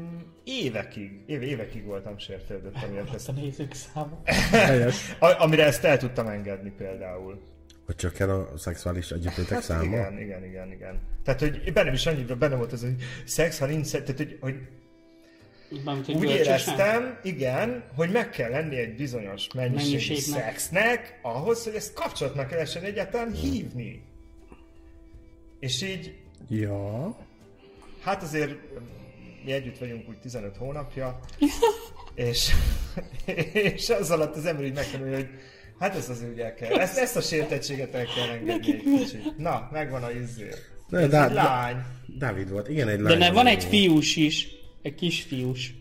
C: évekig, éve, évekig voltam sértődött, amiatt ezt,
B: A nézők száma.
D: Helyes.
C: a- amire ezt el tudtam engedni például.
A: hogy csökken a szexuális együttlétek
C: Hát
A: száma.
C: Igen, igen, igen, igen. Tehát, hogy bennem is annyira benne volt az, hogy szex, ha nincs szex, tehát, hogy, hogy
B: Mármint, hogy
C: úgy
B: görcsösen.
C: éreztem, igen, hogy meg kell lenni egy bizonyos mennyiségű
B: Mennyiségnek.
C: szexnek, ahhoz, hogy ezt kapcsolatnak lehessen egyáltalán hívni. És így,
D: Ja.
C: hát azért mi együtt vagyunk úgy 15 hónapja, és, és az alatt az ember így megtanulja, hogy hát ez azért ugye el kell, ezt, ezt a sértettséget el kell engedni egy kicsit. Na, megvan a izé.
A: Hát De,
C: Ez
A: Dá-
C: egy lány.
A: Dávid volt, igen, egy
B: De
A: lány.
B: ne, van egy fiús is, egy kisfiús.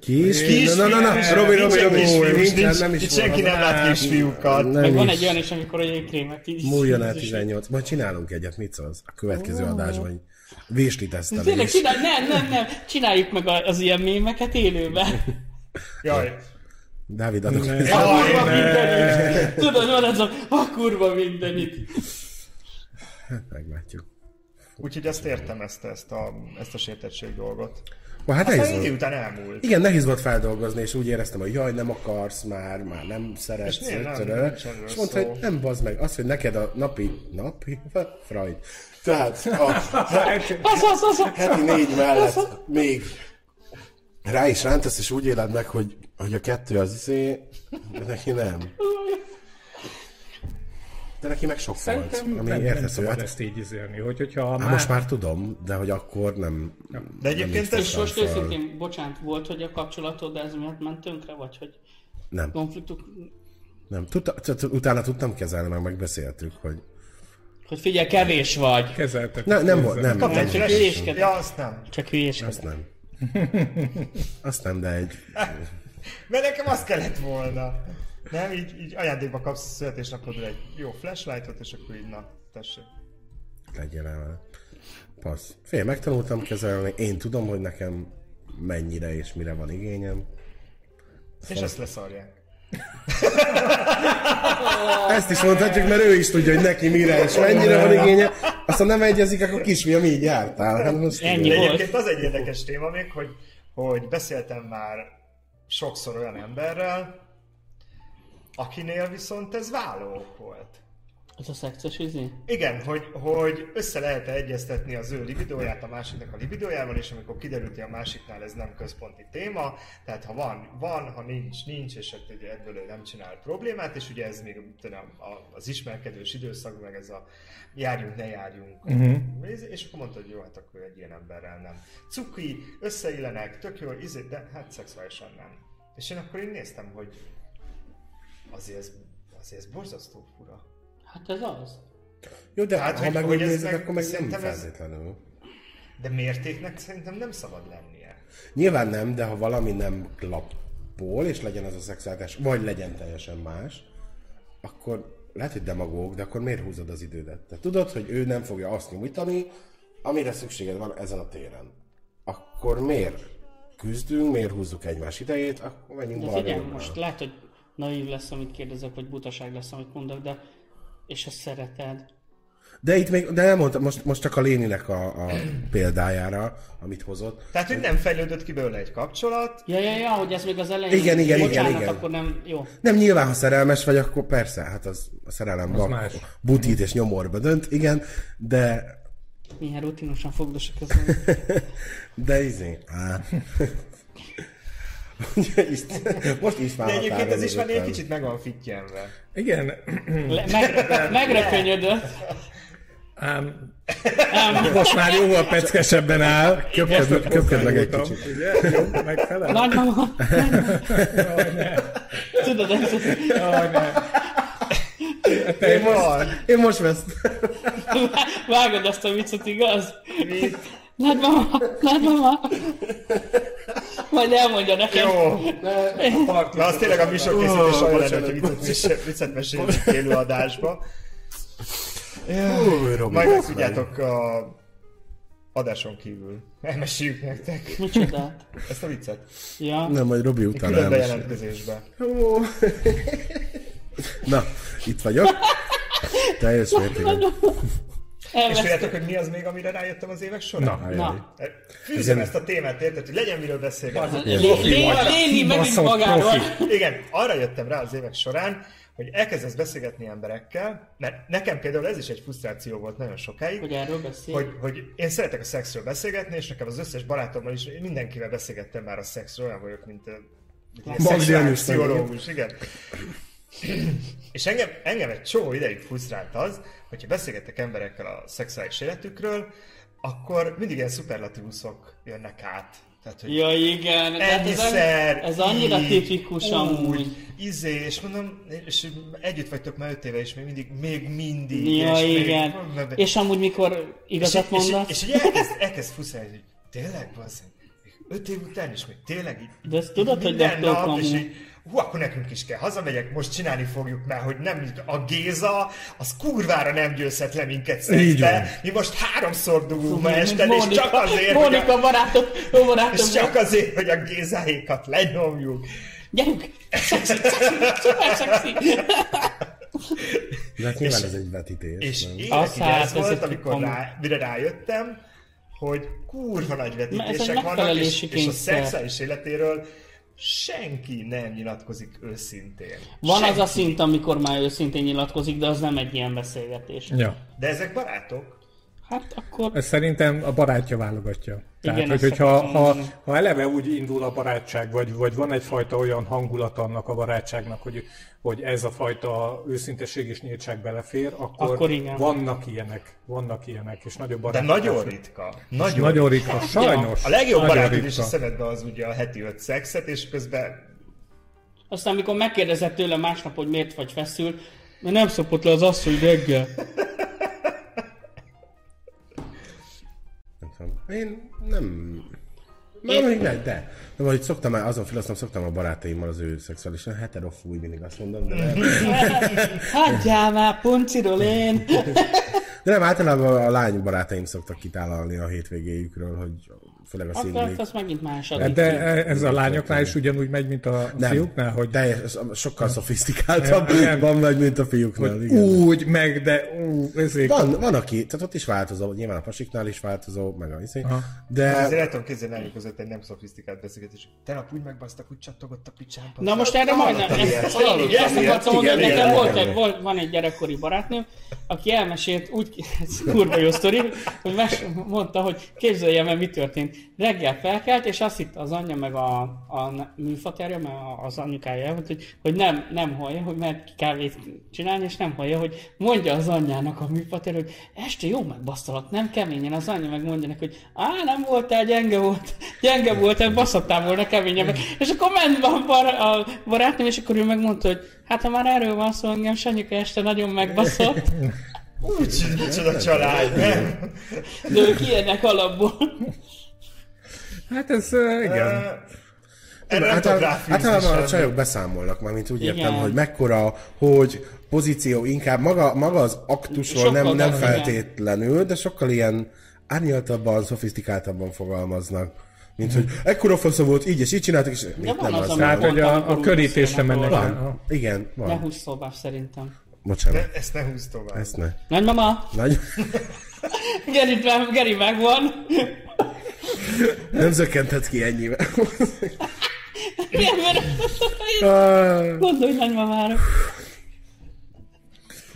A: Kis?
C: Kis
A: Na, na, na, na,
C: fiú,
A: Robi,
C: nincs
A: Robi,
C: egy
A: Robi,
C: kisfiú,
A: nincs,
C: nincs-
A: nem is
C: itt
A: van
C: senki
A: az.
C: nem lát kisfiúkat.
A: Nem
B: Meg van
A: is.
B: egy olyan is, amikor egy krémet így...
A: Múljon el 18. Majd csinálunk egyet, mit szólsz? A következő adásban vésli
B: Tényleg
A: tesztelés.
B: csinálj, nem, nem, nem, csináljuk meg a- az ilyen mémeket élőben.
C: Jaj,
A: Dávid, adok
B: A
A: vissza.
B: kurva mindenit! Tudod, van ez a, a kurva mindenit.
A: Meglátjuk.
C: Úgyhogy ezt értem, ezt, ezt, a, ezt a sértettség dolgot.
A: Ó, Hát
C: Aztán
A: ez
C: idő
A: volt.
C: után elmúlt.
A: Igen, nehéz volt feldolgozni, és úgy éreztem, hogy jaj, nem akarsz már, már nem szeretsz.
C: És miért nem?
A: ötörö.
C: Nincs erről
A: és mondta,
C: szó.
A: hogy nem bazd meg, az, hogy neked a napi, napi, Freud. Tehát a
B: Az, az, az, az.
A: heti négy mellett még rá is rántasz, és úgy éled meg, hogy, hogy a kettő az izé, de neki nem. De neki meg sok volt,
D: Szerintem
A: ami
D: nem, nem
A: érthető.
D: szabad
A: Hát,
D: ezt így izélni, hogy, hogyha
A: hát
D: már...
A: most már tudom, de hogy akkor nem.
C: De egyébként
A: Nem
C: ez
B: És most
A: Fel.
B: őszintén, bocsánat, volt, hogy a kapcsolatod ez miatt ment tönkre, vagy hogy
A: Nem,
B: konfliktus...
A: nem. Tudta, t- t- utána tudtam kezelni, meg megbeszéltük, hogy...
B: Hogy figyelj, kevés vagy.
D: Kezeltek.
A: Ne, nem volt, nem.
C: kaptam
A: nem
C: egy
B: csak
C: flash-
B: hülyéskedek.
C: Ja, azt nem.
B: Csak hülyéskedek.
A: Azt nem. Azt nem, de egy...
C: Mert nekem azt kellett volna. Nem, így, így ajándékba kapsz a születésnapodra egy jó flashlightot, és akkor így na, tessék.
A: Legyen el vele. Passz. Fél, megtanultam kezelni, én tudom, hogy nekem mennyire és mire van igényem.
C: És ezt leszarják.
A: Ezt is mondhatjuk, mert ő is tudja, hogy neki mire és mennyire van igénye. Aztán nem egyezik, akkor kisfiam így jártál. Hát most
B: Ennyi.
A: igen.
B: Volt.
C: Egyébként az egy érdekes téma még, hogy, hogy beszéltem már sokszor olyan emberrel, akinél viszont ez válló ok volt.
B: Ez a szexes izé?
C: Igen, hogy, hogy össze lehet egyeztetni az ő libidóját a másiknak a libidójával, és amikor kiderült, hogy a másiknál ez nem központi téma, tehát ha van, van, ha nincs, nincs, és hát ugye ebből ő nem csinál problémát, és ugye ez még tudom, a- az ismerkedős időszak, meg ez a járjunk, ne járjunk. Uh-huh. És akkor mondta, hogy jó, hát akkor egy ilyen emberrel nem. Cuki, összeillenek, tök jól, izé, de hát szexuálisan nem. És én akkor én néztem, hogy azért ez, azért ez borzasztó fura.
B: Hát ez az.
A: Jó, de
C: Tehát,
A: hát, ha
C: hogy-
A: meg
C: hogy
A: úgy
C: ez
A: nézed,
C: meg-
A: akkor meg nem
C: szerintem ez-
A: feltétlenül.
C: De mértéknek szerintem nem szabad lennie.
A: Nyilván nem, de ha valami nem klappol, és legyen az a szexualitás, vagy legyen teljesen más, akkor lehet, hogy demagóg, de akkor miért húzod az idődet? Te tudod, hogy ő nem fogja azt nyújtani, amire szükséged van ezen a téren. Akkor miért küzdünk, miért húzzuk egymás idejét, akkor menjünk
B: De
A: valami
B: figyelj,
A: úrra.
B: most lehet, hogy naív lesz, amit kérdezek, vagy butaság lesz, amit mondok, de... És ezt szereted.
A: De itt még, de nem mondtam, most, most csak a Léninek a, a példájára, amit hozott.
C: Tehát, hogy nem fejlődött ki belőle egy kapcsolat,
B: Ja, ja, ja, hogy ez még az elején.
A: Igen, igen, igen,
B: Bocsánat,
A: igen.
B: akkor nem... Jó.
A: Nem, nyilván, ha szerelmes vagy, akkor persze, hát az a szerelem bak-
D: más.
A: butít és nyomorba dönt, igen, de
B: Milyen rutinosan fogdosak közben.
A: De izé, á. Úgyhogy itt- most is már
C: de egyébként ez is már egy
A: határozottan.
C: kicsit meg van fittyenve.
D: Igen,
B: Le- Meg, megre könyödött.
D: ám most már jóval peckesebben áll.
A: Köpködlek- köpködlek egy kicsit.
D: Ugye? Jó, megfelel?
B: Nagymama. Tudod, ez...
D: Jaj, ne.
C: Én van!
A: Én most veszt.
B: Vágod azt a viccet, igaz?
C: Mit?
B: Nagymama, nagymama. Majd elmondja nekem.
C: Jó!
E: Parti-
C: Na, az tényleg a műsor készítés olyan lenne,
A: bocsánat,
C: hogy viccet- viccet- viccet mesélünk élő adásba.
A: Hú, Robi,
C: Majd meg
A: most
C: tudjátok a adáson kívül. Elmeséljük nektek
B: Micsodát?
C: ezt a viccet.
B: Ja.
A: már. Nem, majd Robi után
C: Külön
A: elmesél.
C: bejelentkezésbe.
A: Ó. Na, itt vagyok. Teljes mértékben.
C: És
B: Elvesz...
C: tudjátok, hogy mi az még, amire rájöttem az évek során?
D: Na,
B: Na.
C: Fűzem ezt a témát, érted, hogy legyen miről beszélgetni.
B: Lé- lé- Léni megint
D: Kibaszott
B: magáról.
D: profi.
C: Igen, arra jöttem rá az évek során, hogy elkezdesz beszélgetni emberekkel, mert nekem például ez is egy frusztráció volt nagyon sokáig,
B: Hogy erről beszél.
C: hogy, hogy én szeretek a szexről beszélgetni, és nekem az összes barátommal is, én mindenkivel beszélgettem már a szexről, olyan vagyok, mint, ö, mint ilyen
A: Magdi
C: szexuális
A: Janis vagy,
C: pszichológus, igen. és engem, engem egy csomó ideig frusztrált az, hogyha beszélgetek emberekkel a szexuális életükről, akkor mindig ilyen szuperlatívuszok jönnek át. Tehát, hogy
B: Ja, igen. Hát ez,
C: Ennyiszer,
B: annyi- ez annyira
C: így,
B: tipikus amúgy.
C: Izé, és mondom, és együtt vagytok már öt éve, és még mindig, még mindig.
B: Ja,
C: és
B: igen.
C: Még,
B: És amúgy mikor igazat
C: és,
B: mondasz,
C: és, és, így elkezd, elkezd fuszálni, hogy tényleg, bazzeg, még öt év után is, még tényleg így,
B: De ezt tudod,
C: így
B: hogy
C: minden
B: laptop
C: nap, és
B: amúgy.
C: így, hú, akkor nekünk is kell, hazamegyek, most csinálni fogjuk, mert hogy nem, a Géza, az kurvára nem győzhet le minket
A: Így van.
C: szerte. Mi most háromszor dugunk ma este, és csak azért, hogy a-
B: Mónika barátok, jó barátom,
C: és csak azért, hogy a Gézáékat lenyomjuk.
B: gyerünk! Szexi, szexi, szuper szexi!
A: De hát nyilván ez egy vetítés.
C: És
A: nem?
C: évekig
B: Az hát,
C: ez
B: ez
C: volt,
B: egy
C: amikor
B: kom-
C: rá, mire rájöttem, hogy kurva
B: Ez
C: nagy
B: egy
C: vetítések vannak, és,
B: megfelelési
C: és a
B: kényszer.
C: szexuális életéről senki nem nyilatkozik őszintén.
B: Van
C: senki.
B: az a szint, amikor már őszintén nyilatkozik, de az nem egy ilyen beszélgetés.
D: Ja.
C: De ezek barátok.
B: Hát akkor...
D: Ez szerintem a barátja válogatja. Tehát,
B: Igen,
D: hogy,
B: ezt
D: hogyha
B: akartam
D: ha,
B: mondani.
D: ha eleve úgy indul a barátság, vagy, vagy van egyfajta olyan hangulata annak a barátságnak, hogy, hogy ez a fajta őszinteség és nyíltság belefér, akkor,
B: Akkor igen.
D: vannak ilyenek, vannak ilyenek, és nagyobb
C: De
D: barátság.
C: nagyon ritka. Nagyon,
D: Nagyon ritka, sajnos.
C: A legjobb
D: Nagyon
C: barátod is a
D: ritka.
C: szemedbe az ugye a heti öt szexet, és közben
B: Aztán, amikor megkérdezett tőle másnap, hogy miért vagy feszül, mert nem szopott le az asszony reggel.
A: Nem tudom. Én nem... Nem, még nem, de. De vagy szoktam, már- azon filoztam, szoktam a barátaimmal az ő szexuálisan heterofúj, mindig azt mondom, de nem.
B: Hagyjál már, punciról én!
A: De nem, általában a lány barátaim szoktak kitálalni a hétvégéjükről, hogy főleg a
B: Akkor
A: színlik.
B: azt, azt megint más
D: Hát De,
B: adik.
D: de e- ez a lányoknál is ugyanúgy megy, mint a
A: Nem.
D: fiúknál, hogy
A: Teljes, sokkal szofisztikáltabb
D: Nem, nem.
A: van meg, mint a fiúknál. igen.
D: úgy, meg, de ú, ezért.
A: Van, van, aki, tehát ott is változó, nyilván a pasiknál is változó, meg a izé, de
C: Azért el tudom képzelni lányok között egy nem szofisztikált beszélgetés. Te nap úgy megbasztak, úgy csattogott a picsámba.
B: Na most erre majdnem, ezt, én is ezt akartam mondani,
A: Igen,
B: nekem
A: igen,
B: volt,
A: igen.
B: egy- volt, van egy gyerekkori barátnőm, aki elmesélt úgy, ez kurva jó sztori, hogy mes, mondta, hogy képzeljem el, mi történt. Reggel felkelt, és azt hitt az anyja, meg a, a műfaterja, meg a- az anyukája, elmondta, hogy, hogy nem, nem hallja, hogy mert kávét csinálni, és nem hallja, hogy mondja az anyjának a műfaterja, hogy este jó megbasztalak, nem keményen, az anyja meg mondja neki, hogy á, nem voltál, gyenge volt, gyenge voltál, baszhattál volna keményebben. És akkor ment be a, bar- a barátnőm, és akkor ő megmondta, hogy hát ha már erről van szó, engem Sanyuka este nagyon megbaszott,
C: Úgy, micsoda család, nem?
B: de ők ilyenek alapból.
D: Hát ez, ö, igen.
C: Erre nem tudok
A: általában,
C: ráfűzni
A: hát általában a
C: semmit.
A: csajok beszámolnak, már mint úgy
B: Igen.
A: értem, hogy mekkora, hogy pozíció inkább, maga, maga az aktusról
B: Sokkal
A: nem, nem
B: gazdagabb.
A: feltétlenül, de sokkal ilyen árnyaltabban, szofisztikáltabban fogalmaznak. Mint
C: Mhm.
A: hogy ekkora fasza volt, így és így csináltak, és mit
B: van
A: nem
B: az,
A: az,
B: ami-
A: nem.
D: Tehát, hogy a, a
B: Pont
D: körítésre
B: amikor
D: mennek.
B: beszélnek
D: el.
A: Igen, van.
B: Ne húzz tovább szerintem.
A: Bocsánat,
C: Ne- Ezt ne húzd tovább.
A: ezt ne.
B: Nagymama,
A: Nagy...
B: Geri, Geri megvan.
A: Nem zökkentett ki ennyivel.
B: Miért, mert- Gondolj nagymamára.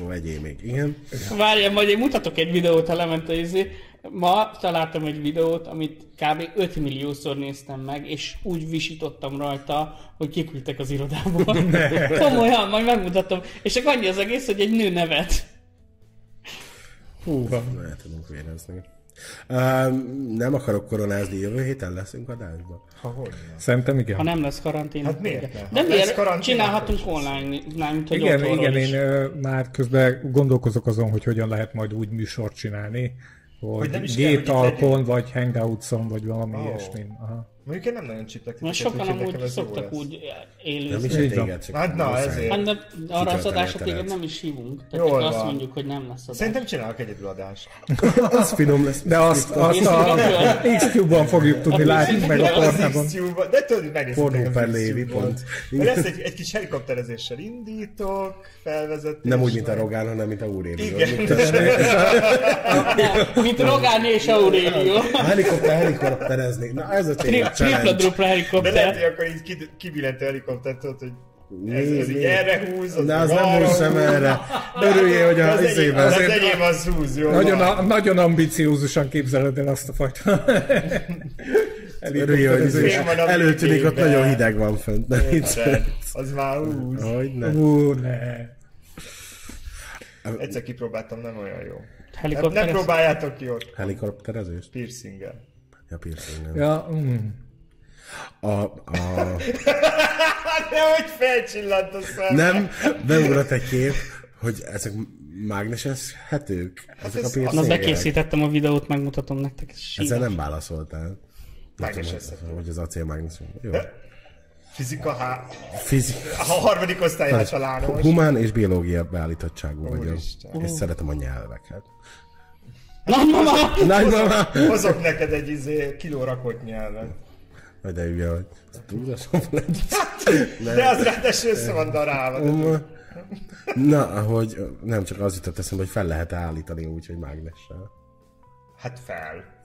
A: Ó, vegyél még, igen.
B: Várjál, majd én mutatok egy videót, ha lement a izé. Ma találtam egy videót, amit kb. 5 milliószor néztem meg, és úgy visítottam rajta, hogy kiküldtek az irodából. Komolyan, majd megmutatom. És csak annyi az egész, hogy egy nő nevet.
D: Húha.
A: Na, el tudunk vérezni. Uh, nem akarok koronázni, jövő héten leszünk adásban.
C: Ha hogy?
D: Szerintem
B: Ha
D: igen.
B: nem lesz karantén.
C: Hát
B: akkor
C: miért
B: igen. De
C: ne? Ha lesz
B: miért?
C: karantén,
B: Csinálhatunk
C: akkor is
B: online, nem, mint hogy
D: Igen,
B: otthonról
D: igen,
B: is.
D: én ö, már közben gondolkozok azon, hogy hogyan lehet majd úgy műsort csinálni,
C: Hogy
D: hogy,
C: nem is
D: hogy
C: kell, hogy itt
D: gétalkon, vagy hangoutson, vagy valami
C: Ó.
D: oh. ilyesmin. Aha.
C: Mondjuk én nem nagyon csiplek
B: Most
C: titeket,
B: sokan
C: úgyhogy nekem
B: amúgy
C: ez jó
B: szoktak
C: lesz.
B: úgy
A: Nem is
B: élőzni.
D: Így van.
A: téged, csak
C: Hát na,
A: muszáj.
C: ezért.
B: Hát de arra az
A: Kitölteni a
B: adásra
A: teret.
B: téged nem is hívunk. Tehát
C: Jól
B: csak azt
C: van.
B: mondjuk, hogy nem lesz adás.
C: Szerintem csinálok egyedül adást.
A: Hát Az finom lesz.
D: De azt, azt a X-Cube-on fogjuk tudni látni, meg a
B: Igen,
C: Az
D: pornában.
C: X-Tube-ba- De tudod, megnézitek
A: Pornó
C: az
A: per lévi,
C: X-Tube-ot.
A: pont.
C: De Lesz egy, egy kis helikopterezéssel indítok, felvezetés.
A: Nem úgy, mint a Rogán, hanem mint a Úrélió.
C: Igen.
B: Mint Rogán és Aurélio.
A: Helikopter, helikoptereznék. Na ez a tényleg
B: Tri- Tripla
A: challenge.
B: dupla
C: De lehet, hogy
B: helikopter.
C: akkor így kid- kibillenti a helikoptert, tudod, hogy ez,
A: Mi,
C: ez így
A: mi?
C: erre húz, az
A: De az
C: meg
A: nem
C: arra
A: úgy sem
C: húz.
A: erre. Örüljél, hogy
C: De
A: a izé
C: az enyém,
A: izébe.
C: az,
D: azért-
C: enyém az húz, jó
D: Nagyon,
C: van.
D: a, nagyon ambiciózusan képzeled el azt a fajta.
A: Örüljél, hogy az
C: Fény van a
A: Előtűnik, ott
C: végében.
A: nagyon hideg van fönt. De
C: Érted? Az már húz.
A: Hogy ne.
D: Ú, ne.
C: Egyszer kipróbáltam, nem olyan jó. Hát
B: Helikopter.
C: nem próbáljátok ki ott
A: Helikopterezés?
C: piercinggel.
A: Ja, piercing, nem.
D: Ja, mm.
A: A, a,
C: Hát nehogy felcsillant a szem.
A: nem, beugrott egy kép, hogy ezek mágneseshetők, ezek a
C: ez-
A: piercingek.
B: Na, bekészítettem a videót, megmutatom nektek. ez
A: Ezzel
B: sír.
A: nem válaszoltál. Nem tudom,
C: Mágnesezhető.
A: Hogy az acélmágnes. Jó.
C: Fizika há...
A: Fizik.
C: A harmadik osztályra csalános.
A: Humán és biológia beállítottságú vagyok.
C: Úristen.
A: És szeretem a nyelveket.
B: Nagymama!
A: Nagymama!
C: Hozok neked egy izé, kiló rakott nyelvet.
A: Hogy de hülye vagy. Ez Túlzásom lett.
C: De az ráadásul össze van darálva.
A: Na, hogy nem csak az jutott eszembe, hogy fel lehet állítani úgy, hogy mágnessel.
C: Hát fel.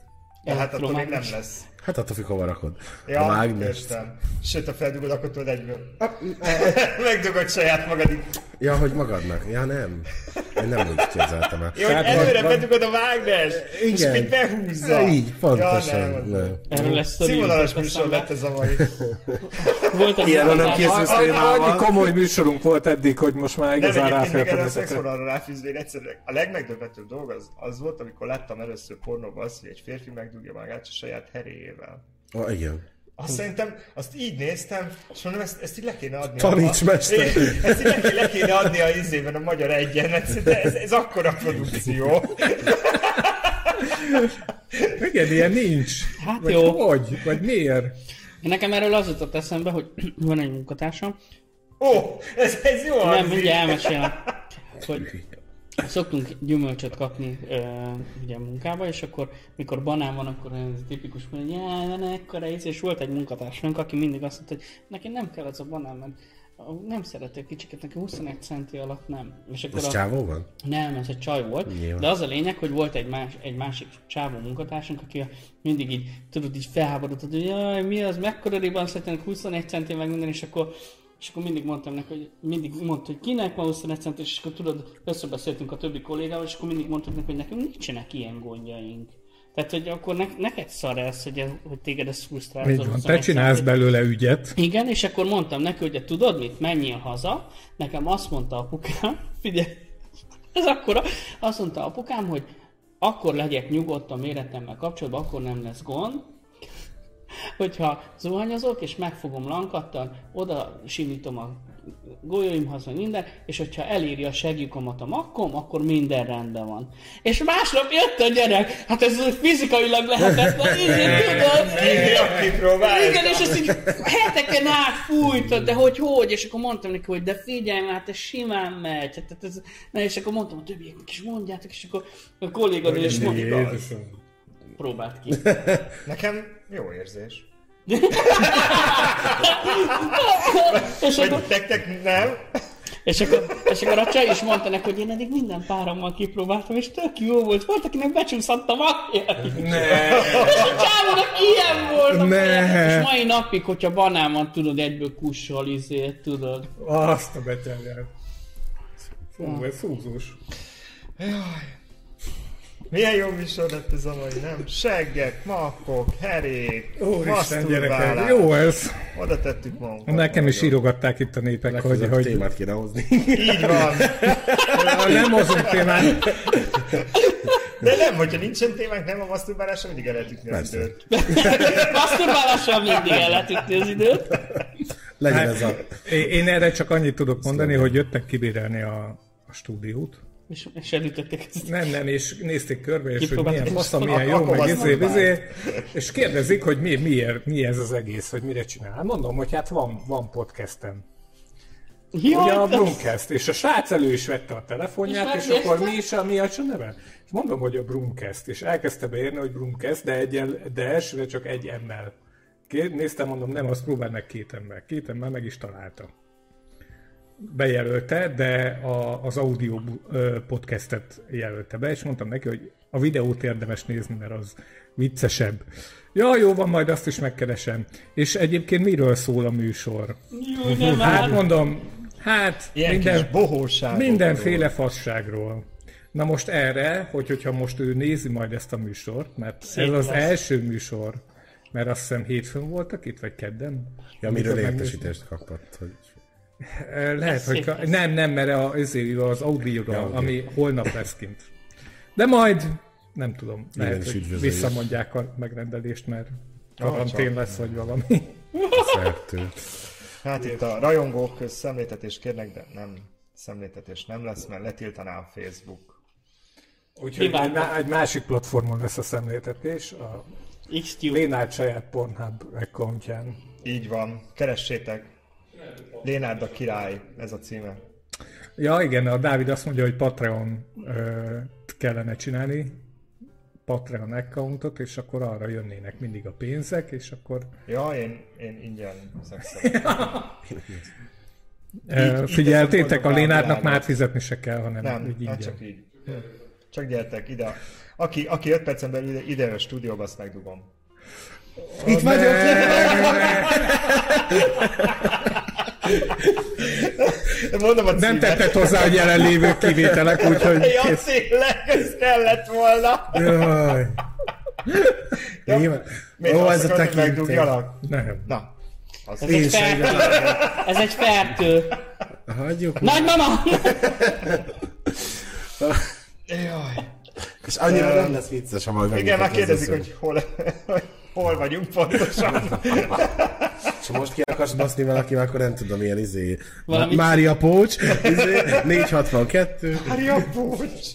C: De hát attól még nem
B: Elektromágnes.
C: lesz.
A: Hát attól függ, hova rakod. a
C: Ja,
A: mágnes.
C: értem. Sőt, a feldugod, akkor tudod egyből. Megdugod saját magad itt.
A: Ja, hogy magadnak. Ja, nem. Én nem úgy képzeltem el.
C: Jó, hogy
D: Tehát van-
C: előre
D: van-
C: bedugod a mágnes, és
A: Igen.
C: mit behúzza.
A: Így, pontosan.
C: Ja, nem, az-
A: nem, nem.
B: Erről lesz sztori.
C: Színvonalas
B: jutott
C: műsor
B: eszembe.
C: lett ez a mai.
B: Volt egy
A: Ilyenről nem
B: videó-
A: készülsz
B: a- a-
D: Annyi komoly műsorunk volt eddig, hogy most már
C: Nem
D: igazán
C: egyébként még erre a
D: ráfértedezetre.
C: szexvonalra ráfűzni, én egyszerűen a legmegdöbbetőbb dolog az, az volt, amikor láttam először pornóban azt, hogy egy férfi megdugja magát a saját heréjével.
A: Ah, igen.
C: Azt szerintem, azt így néztem, és mondom, ezt, ezt így le kéne adni.
A: Taníts,
C: a,
A: mester!
C: Ezt így le kéne, le kéne adni a izében a magyar egyenet, de ez, ez akkora produkció.
D: Igen, ilyen nincs.
B: Hát
D: vagy
B: jó. Hát
D: Hogy? Vagy miért?
B: Nekem erről az jutott eszembe, hogy van egy munkatársam,
C: Ó, ez, ez jó
B: Nem,
C: hangzik.
B: mindjárt elmesélem. Hogy szoktunk gyümölcsöt kapni ö, ugye munkába, és akkor mikor banán van, akkor ez tipikus, hogy jaj, van ekkora íz, és volt egy munkatársunk, aki mindig azt mondta, hogy neki nem kell ez a banán, mert nem szereti a kicsiket, neki 21 centi alatt nem. És akkor
A: Ez csávó van?
B: nem, ez egy csaj volt,
A: Nyilván.
B: de az a lényeg, hogy volt egy, más, egy másik csávó munkatársunk, aki a- mindig így, tudod, így felháborodott, hogy jaj, mi az, mekkora riban szeretnének 21 centi meg minden, és akkor és akkor mindig mondtam neki, hogy mindig mondta, hogy kinek van 21 cent, és akkor tudod, összebeszéltünk a többi kollégával, és akkor mindig mondtuk neki, hogy nekünk nincsenek ilyen gondjaink. Tehát, hogy akkor ne, neked szar ez, hogy, ez- hogy téged ez frusztrál. ez a
D: Így van,
B: 21
D: te
B: centi.
D: csinálsz belőle ügyet.
B: Igen, és akkor mondtam neki, hogy tudod mit, menjél haza. Nekem azt mondta apukám, figyelj, ez akkora, azt mondta apukám, hogy akkor legyek nyugodt a méretemmel kapcsolatban, akkor nem lesz gond, hogyha zuhanyozok, és megfogom lankattal, oda simítom a golyóimhoz, meg minden, és hogyha eléri a segjükomat a makkom, akkor minden rendben van. És másnap jött a gyerek, hát ez fizikailag lehetetlen, így tudod,
C: Kipróbálj!
B: igen, és ezt így heteken át fújtad, de hogy hogy, és akkor mondtam neki, hogy de figyelj már, te simán megy. Hát, hát ez, na, és akkor mondtam a többieknek is mondjátok, és akkor a kolléganő is mondta,
D: Jézusom.
B: próbált ki.
C: Nekem jó érzés.
B: És akkor,
C: Vagy nektek nem?
B: és akkor, és akkor a csaj is mondta neki, hogy én eddig minden párommal kipróbáltam, és tök jó volt. Volt, akinek becsúszhattam a
D: Ne.
B: És a csávónak ilyen volt.
D: Ne.
B: Ne. És mai napig, hogyha banán van, tudod, egyből kussal izé, tudod.
D: Azt a betyárját. Fú, ez fúzós.
C: Milyen jó műsor lett ez a mai, nem? Seggek, makkok, herék,
D: Úristen, gyerekek,
C: maszturbálás.
D: jó ez.
C: Oda tettük magunkat.
D: Nekem is
C: nagyon.
D: írogatták itt a népek, hogy,
A: Legközelebb
D: hogy
A: témát kéne hozni.
C: Így van.
D: ha nem hozunk témát,
C: De nem, hogyha nincsen témánk, nem a maszturbálásra, mindig el lehet ütni az
A: Persze.
C: időt.
B: Maszturbálással mindig el lehet ütni az időt.
A: Legyen ez a...
D: hát, én én erre csak annyit tudok mondani, hogy jöttek kibérelni a, a stúdiót.
B: És, és elütötték ezt.
D: Nem, nem, és nézték körbe, és hogy
B: Kipróbálták,
D: milyen
B: és
D: faszom,
B: akkor-
D: milyen jó,
C: akkor
D: meg
C: azt
D: izé,
C: mondták.
D: izé, és kérdezik, hogy mi, miért, mi ez az egész, hogy mire csinál. Hát Mondom, hogy hát van, van podcastem. Ugye a Brumcast, és a srác elő is vette a telefonját,
B: És
D: és, akkor mi
B: megnézte?
D: is, a, mi a neve? És mondom, hogy a Brumcast, és elkezdte beírni, hogy Brumcast, de, egyen, de elsőre csak egy emmel. Néztem, mondom, nem, azt próbáld meg két emmel. Két emmel meg is találtam. Bejelölte, de a, az audio ö, podcastet jelölte be, és mondtam neki, hogy a videót érdemes nézni, mert az viccesebb. Ja, jó van, majd azt is megkeresem. És egyébként miről szól a műsor?
B: Jó, nem
D: Hát
B: áll.
D: mondom, hát
C: Ilyen Minden... kis
D: minden,
C: bohóság.
D: mindenféle fasságról. Na most erre, hogy, hogyha most ő nézi majd ezt a műsort, mert
B: Szép
D: ez az
B: lesz.
D: első műsor, mert azt hiszem hétfőn voltak itt, vagy kedden?
A: Ja, miről
C: hát
A: értesítést kapott, hogy...
D: E, Lehet, hogy...
B: szép
D: Ka-
B: lesz.
D: nem, nem, mert a, azért az audio ja,
A: oké.
D: ami holnap lesz kint. De majd, nem tudom, lehet,
A: is
D: hogy
A: üdvözöljük.
D: visszamondják a megrendelést, mert karantén lesz, vagy valami.
A: Szertő.
C: Hát itt a rajongók köz szemléltetést kérnek, de nem szemléltetés nem lesz, mert letiltaná a Facebook.
D: Úgyhogy
B: Kiváló.
D: egy, má- egy másik platformon lesz a szemléltetés, a
B: X-Tube.
D: Lénárd saját Pornhub accountján.
C: Így van, keressétek. Lénárd a király, ez a címe.
D: Ja, igen, a Dávid azt mondja, hogy Patreon ö, kellene csinálni, Patreon accountot, és akkor arra jönnének mindig a pénzek, és akkor
C: Ja, én, én ingyen szexelek.
D: ö,
C: így teszem
D: figyeltétek, a
C: boldog
D: Lénárdnak
C: Dávidágot.
D: már fizetni se kell, hanem nem,
C: Nem,
D: így
C: hát
D: ingyen.
C: csak így. Csak gyertek ide. Aki, aki 5 percen belül ide, ide jön a stúdióba, azt megdugom.
A: Itt vagyok!
C: De mondom a
D: Nem
C: címet.
D: tetted hozzá a jelenlévő kivételek, úgyhogy
C: Ja,
D: kész.
C: tényleg, ez kellett volna.
D: Jaj.
A: Nyilván.
C: Még
A: Ó,
C: azt
A: ez a
C: akarod, hogy
A: tekintély.
C: megdugjalak?
D: Nem.
C: Na, az
B: Ez egy, fertő. ez egy fertő.
A: Hagyjuk
B: Nagymama!
C: Jaj.
A: És annyira nem lesz vicces, ha majd
C: Igen, már
A: megnyitott az
C: kérdezik,
A: összeg.
C: hogy hol, hogy hol vagyunk pontosan.
A: És ha most ki akarsz baszni valakivel, akkor nem tudom, ilyen izé...
B: Valami-
A: Mária Pócs, izé, 462.
C: Mária Búcs!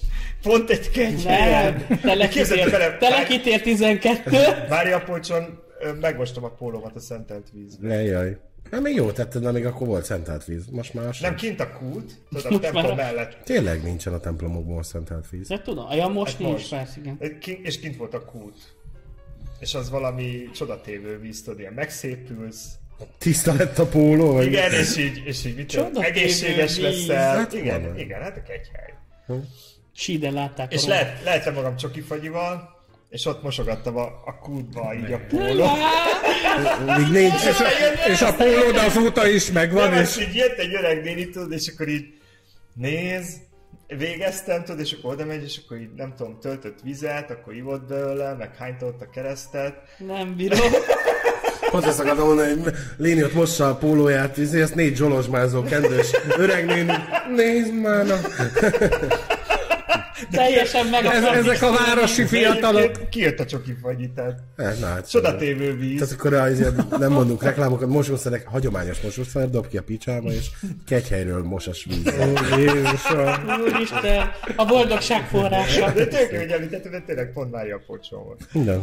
C: Pont egy
B: Nem,
C: kenyhelyen. Képzeld
B: telekitér,
C: bele,
B: telekitér 12.
C: Mária Búcson megmostam a pólómat a szentelt vízbe.
A: Lejjaj. Nem, Hát még jó tetted, mert még akkor volt szentelt víz. Most már sem.
C: Nem kint a kút, tudod, a templom
B: már-
C: mellett.
A: Tényleg nincsen a templomokból szentelt víz.
B: De tudom, ja, most
C: Hát
B: nincs,
C: most.
B: persze, igen.
C: Kint, és kint volt a kút. És az valami csodatévő víz, tudod, ilyen megszépülsz.
A: Tiszta lett a póló? Vagy
C: Igen, és így, és így mit tudom,
B: Csodatévő
C: egészséges
B: víz.
C: leszel.
A: Hát
C: igen,
A: van.
C: igen, hát egy hely.
B: Síden látták
C: És
B: a
C: lehet, lehetem magam csoki fagyival, és ott mosogattam a, a kútba így a póló.
B: rohadt-
A: Még nincs.
D: És a, és a pólód azóta is megvan,
C: Nem,
D: és
C: és így jött egy öreg néni, tudod, és akkor így néz, végeztem, tudod, és akkor oda megy, és akkor így nem tudom, töltött vizet, akkor ivott belőle, meg hányta ott a keresztet.
B: Nem bírom.
A: Pont ezt akartam mondani, hogy Léni ott mossa a pólóját, izé, ezt négy zsolozsmázó kendős öreg néni. Nézd már, na.
B: Teljesen meg
D: ez, ezek a városi fiatalok.
C: Egyébként Kijött a csoki fagyi, tehát
A: Hát, na hát,
C: csodatévő
A: Tehát
C: víz.
A: akkor azért nem mondunk reklámokat, mosószerek, hagyományos mosószer, dob ki a picsába, és kegyhelyről mosas vízzel.
D: Jézusom.
B: Úristen, a boldogság forrása.
C: De tök jó, hogy említettem, de tényleg pont várja a pocsom volt.
A: Minden.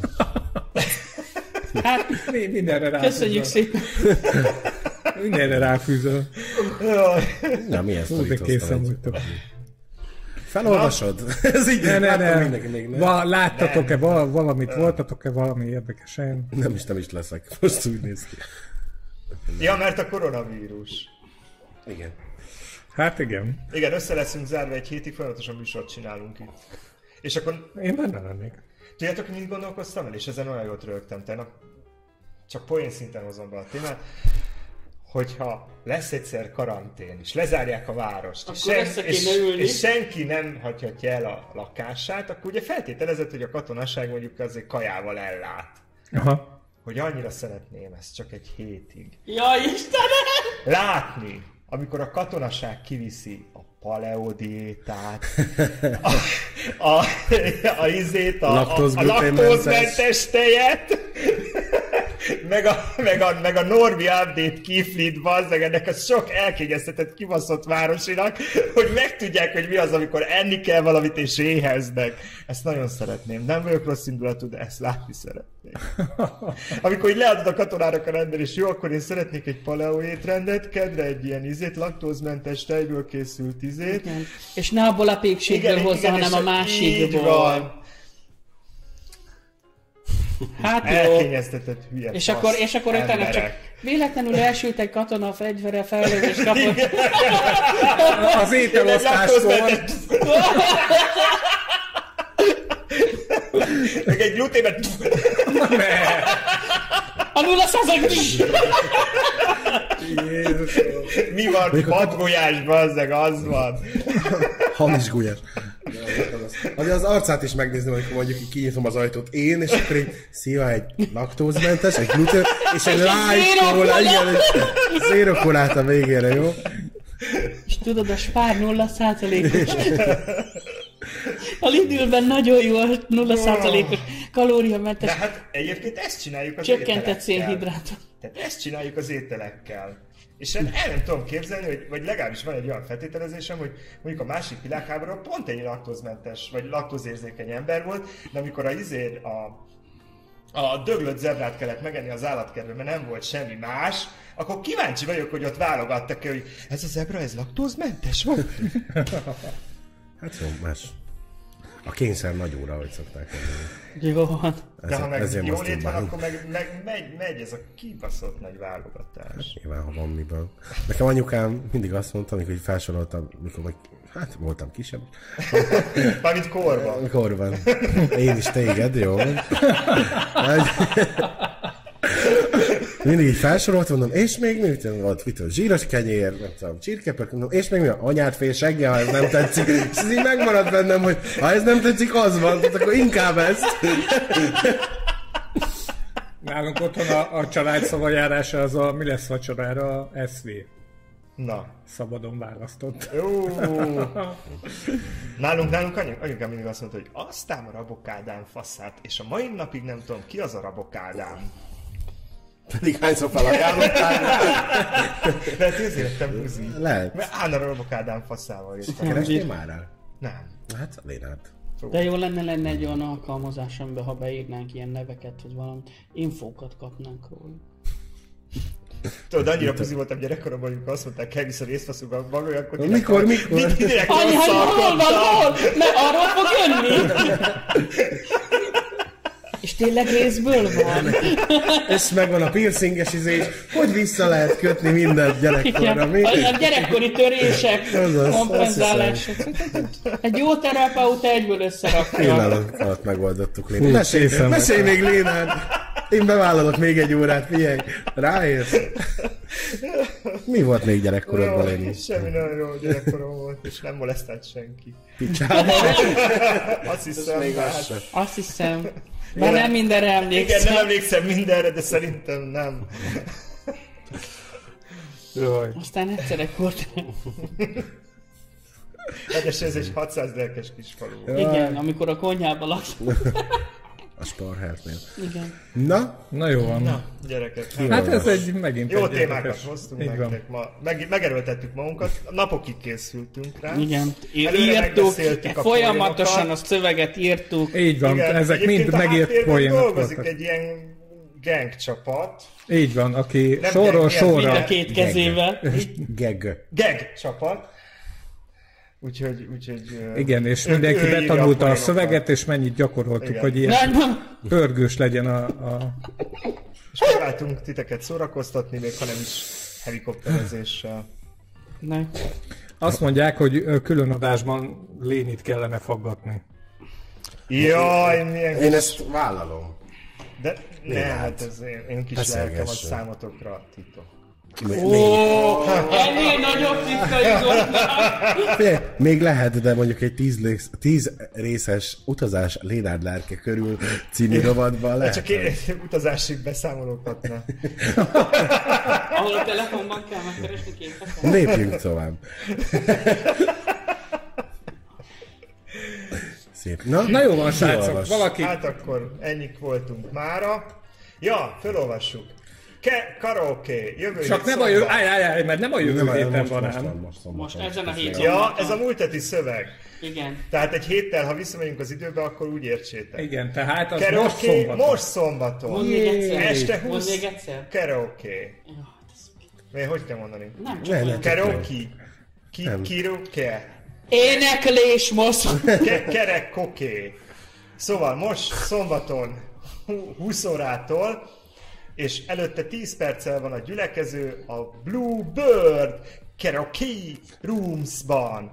B: Hát,
D: Mi- Mindenre ráfűzöl.
B: köszönjük szépen.
D: Mindenre ráfűzöl.
C: Jaj.
A: Nem, milyen
D: Hú, de készen
A: szorítoztam.
D: vagytok.
A: Felolvasod? Ez így
D: Ne, ne,
A: láttam
D: ne.
A: mindenki még, ne.
D: Va, láttatok-e val- valamit, voltatok-e valami érdekesen?
A: Nem is, nem is leszek. Most úgy néz ki.
C: Ja, mert a koronavírus.
A: Igen.
D: Hát igen.
C: Igen, össze leszünk zárva egy hétig, folyamatosan műsort csinálunk itt. És akkor
D: Én benne lennék.
C: Tudjátok, hogy mit gondolkoztam el, és ezen olyan jót rögtem tegnap, csak poén szinten hozom be a témát, hogyha lesz egyszer karantén, és lezárják a várost, és,
B: Akkor össze kéne
C: és,
B: ülni.
C: és senki nem hagyhatja el a lakását, akkor ugye feltételezett, hogy a katonaság mondjuk azért kajával ellát.
D: Aha.
C: Hogy annyira szeretném ezt csak egy hétig.
B: Jaj, Istenem!
C: Látni, amikor a katonaság kiviszi a paleodiétát, a, a, a izét, a, a, a
A: Laktózgluténmentes.
C: laktózmentes tejet, meg a, meg a, meg a Norbi update kiflit, bazzeg, ennek a sok elkényeztetett kibaszott városinak, hogy megtudják, hogy mi az, amikor enni kell valamit és éheznek. Ezt nagyon szeretném. Nem vagyok rossz indulatú, de ezt látni szeretném. Amikor így leadod a katonának a rendben, és jó, akkor én szeretnék egy paleo étrendet, kedre egy ilyen izét, laktózmentes tejből készült izét.
B: Igen. És ne abból a pékségből hozzá, hanem
C: és
B: a
C: így
B: másikból.
C: van. Eh,
B: Hát jó.
C: Elkényeztetett hülye
B: És
C: fasz
B: akkor, és akkor utána
C: emberek.
B: csak véletlenül elsült egy katona a fegyvere fejlődést kapott.
D: Az ételosztáskor.
C: laktózmentes- Meg egy gluténben...
D: Ne.
B: A nulla százalék!
D: Jézusom.
C: Mi van? Vadgolyás, bazzeg, az van.
A: Hamis gulyás. Vagy az arcát is megnézném, amikor mondjuk így kinyitom az ajtót én, és akkor így, szia, egy laktózmentes, egy gluten, és egy light
B: zéro
A: cola,
B: cola.
A: igen, és zéro colát a végére, jó?
B: És tudod, a spár nulla százalékos. A Lidlben nagyon jó a nulla százalékos
C: De
B: kalóriamentes
C: hát egyébként ezt csináljuk az
B: csökkentett
C: ételekkel.
B: szénhidrátot.
C: Tehát ezt csináljuk az ételekkel. És én el nem tudom képzelni, hogy, vagy legalábbis van egy olyan feltételezésem, hogy mondjuk a másik világháborúban pont egy laktózmentes, vagy laktózérzékeny ember volt, de amikor a izér a, a döglött zebrát kellett megenni az állatkertben, mert nem volt semmi más, akkor kíváncsi vagyok, hogy ott válogattak -e, hogy ez a zebra, ez laktózmentes volt?
A: Hát jó, más. A kényszer nagy óra, ahogy szokták mondani.
B: Jó van.
C: De ha meg
A: ezért
C: jól
A: most
C: lét van,
A: imádom.
C: akkor meg, meg megy, megy ez a kibaszott nagy válogatás.
A: Nyilván, ha van miből. Nekem anyukám mindig azt mondta, amikor így felsoroltam, mikor meg, hát voltam kisebb,
C: Mármint korban.
A: Mikor van? Én is téged, jó? Vagy- Mindig így felsorolt, mondom, és még mi Tudom, volt, mit tudom, zsíros kenyér, nem tudom, csirkepök, mondom, és még mi van? Anyád fél segge, ha ez nem tetszik. És ez így megmaradt bennem, hogy ha ez nem tetszik, az van, tehát akkor inkább ezt.
D: Nálunk otthon a, a család szavajárása az a mi lesz vacsorára a SV.
C: Na,
D: Szabadon választott.
C: Jó. Nálunk, nálunk anyu, anyukám mindig azt mondta, hogy aztán a Rabok Ádám faszát, és a mai napig nem tudom, ki az a Rabok Ádám.
A: Pedig hányszor felajánlották.
C: De tíz lettem buzi.
A: Lehet.
C: Mert állandóan a Rabok Ádám faszával jöttem.
A: Kerestél már el?
C: Nem.
A: Hát, Lénát.
B: De jó lenne lenne egy olyan alkalmazás, amiben ha beírnánk ilyen neveket, hogy valami infókat kapnánk róla.
C: Tudod, annyira puzi voltam gyerekkoromban, amikor azt mondták, kell vissza részfaszunk a maga, akkor direkt-
A: Mikor, mikor?
C: Mind- direkt
B: Anyád, hol van,
C: rosszalkodtam.
B: hol? Mert arról fog jönni. És tényleg részből van.
A: És megvan a piercinges izé, és hogy vissza lehet kötni mindent gyerekkorra,
B: Igen,
A: mi?
B: a gyerekkori törések,
A: Azaz, azt
B: kompenzálások. Egy jó terapeuta egyből összerakja.
A: Pillanat alatt megoldottuk, Léna.
D: Fú,
A: Mesélj,
D: készen
A: mesélj még, Lénád! Én bevállalok még egy órát, figyelj! Ráérsz? Mi volt még gyerekkorodban,
C: Jó,
A: Léni?
C: Semmi nagyon jó gyerekkorom volt, és nem molesztált senki.
A: Picsában.
C: Azt hiszem, hát-
B: Azt hiszem, már nem mindenre
C: igen, nem
B: emlékszem.
C: emlékszem mindenre, de szerintem nem.
A: Jaj.
B: Aztán egyszer egy volt.
C: Ráadásul ez egy 600 lelkes kis falu volt.
B: Igen, amikor a konyhában laktam.
A: A Sparhertnél.
B: Igen.
A: Na,
D: Na jó van.
C: Na, gyerekek, hát
D: Hát ez egy megint
C: jó
D: egy
C: témákat
D: érdekes-
C: hoztunk
D: Így van.
C: nektek ma. Meg, megerőltettük magunkat, napokig készültünk rá.
B: Igen,
C: Előre
B: írtuk,
C: megbeszéltük a
B: folyamatosan
C: poénokat.
B: a szöveget írtuk.
D: Így van,
C: Igen,
D: ezek mind
C: egyébként a
D: megért
C: háttérben
D: poénok
C: dolgozik
D: voltak.
C: egy ilyen gang csapat.
D: Így van, aki
C: Nem
D: sorról
C: kell-
D: sorra.
B: Mind a két kezével.
A: geg.
C: Gag csapat. Úgyhogy, úgyhogy... ö,
D: Igen, és
C: ő- ő
D: mindenki
C: írja
D: betanulta a
C: poénokat.
D: szöveget, és mennyit gyakoroltuk,
C: Igen.
D: hogy ilyen
B: Nagyban,
D: pörgős legyen a, a...
C: És próbáltunk titeket szórakoztatni, még ha nem is helikopterezéssel.
B: Na,
D: Azt mondják, hogy ö, külön adásban lénit kellene faggatni.
C: Jaj, milyen...
A: Én ezt vállalom.
C: De ne,
A: Néhány.
C: hát ez én, én kis
A: Beszélgessünk.
C: lelkem a számotokra titok.
B: Ó, ennél nagyobb titka is ott már.
A: Figyelj, még lehet, de mondjuk egy tíz, rész, tíz részes utazás Lénárd lelke körül című rovatban lehet.
C: Csak én utazásig beszámolókat ne.
B: ahol a telefonban kell megkeresni képeket.
A: Lépjünk tovább. Szép.
D: Na jó van,
A: olvas?
D: srácok, valaki...
C: Hát akkor ennyik voltunk mára. Ja, felolvassuk. Ke- karaoke, jövő
D: Csak
C: hét
D: nem a jövő...
C: szombat.
D: Állj, állj, állj, mert nem a jövő
A: Nem,
D: héten
A: most,
D: van
A: most,
D: ám.
A: van, most, van,
B: Most
A: van.
B: ezen a héten.
C: Ja, ez a múlt heti szöveg.
B: Igen.
C: Tehát egy héttel, ha visszamegyünk az időbe, akkor úgy értsétek.
D: Igen, tehát az most
C: Karaoke
D: szombaton.
C: most szombaton.
B: Mond még egyszer.
C: Este
B: Mond
C: 20.
B: még egyszer.
C: Karaoke.
B: Jó, hát ez-
C: Mi, hogy kell mondani?
B: Nem csak
A: Ne, ne,
B: olyan.
A: csak-
C: Karaoke. Ki, kiroke.
B: Éneklés most.
C: Ke- kerek koké. Szóval most szombaton hú- 20 órától, és előtte 10 perccel van a gyülekező a Blue Bird Karaoke Rooms-ban.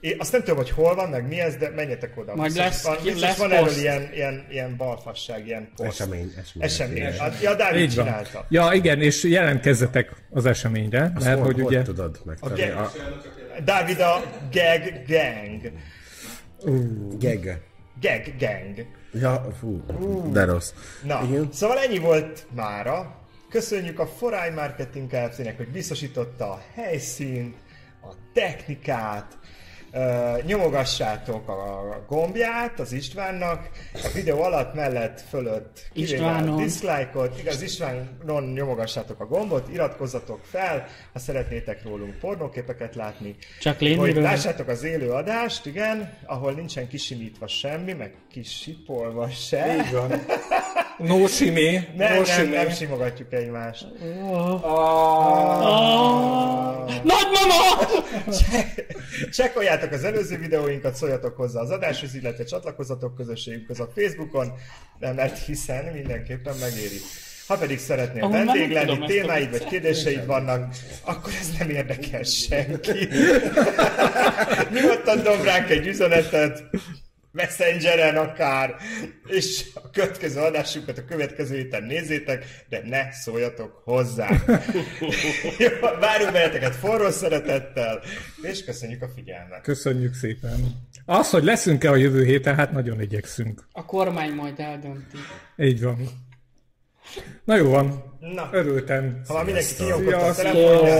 C: Én azt nem tudom, hogy hol van, meg mi ez, de menjetek oda.
B: Majd
C: Biztos
B: lesz-
C: van, biztos
B: lesz
C: van erről
B: poszt.
C: ilyen, ilyen, ilyen balfasság, ilyen poszt.
A: Esemény, esemény.
C: Esemény.
A: Esemény.
C: A- Ja, Dávid
D: Így van.
C: csinálta.
D: Ja, igen, és jelentkezzetek az eseményre,
A: Azt
D: mert
A: hol-
D: hogy
A: hol
D: ugye...
A: tudod megtenni?
C: Geg-
A: A
C: Dávid a Gag Gang.
A: geg.
C: Gag Gang.
A: Ja, fú, de rossz.
C: Na,
A: Igen.
C: Igen. szóval ennyi volt mára. Köszönjük a Foráj Marketing Kft-nek, hogy biztosította a helyszínt, a technikát, Ö, nyomogassátok a gombját az Istvánnak, a videó alatt, mellett, fölött kivéve a
B: Istvánon.
C: dislike-ot, igaz Istvánon nyomogassátok a gombot, iratkozzatok fel, ha szeretnétek rólunk pornóképeket látni.
B: Csak
C: Hogy
B: lényegről.
C: lássátok az élő adást, igen, ahol nincsen kisimítva semmi, meg kisipolva se.
D: Így van. No simé,
C: Nem,
D: no
C: nem,
D: simé.
C: nem simogatjuk egymást.
B: Nagymama!
C: Csekkoljátok az előző videóinkat, szóljatok hozzá az adáshoz, illetve csatlakozzatok közösségünkhöz a Facebookon, de mert hiszen mindenképpen megéri. Ha pedig szeretnél
B: Ahol már
C: vendég
B: nem
C: lenni,
B: tudom ezt a
C: témáid vagy
B: viccet.
C: kérdéseid vannak, akkor ez nem érdekel senki. Hát Nyugodtan dob ránk egy üzenetet, Messengeren akár, és a következő adásunkat a következő héten nézzétek, de ne szóljatok hozzá. Jó, Várunk veleteket forró szeretettel, és köszönjük a figyelmet.
D: Köszönjük szépen. Az, hogy leszünk-e a jövő héten, hát nagyon igyekszünk.
B: A kormány majd eldönti.
D: Így van. Na jó van.
C: Na,
D: Örültem.
C: ha már mindenki
A: Sziasztok.
C: kinyomkodta a
D: Sziasztok.
C: telefonját,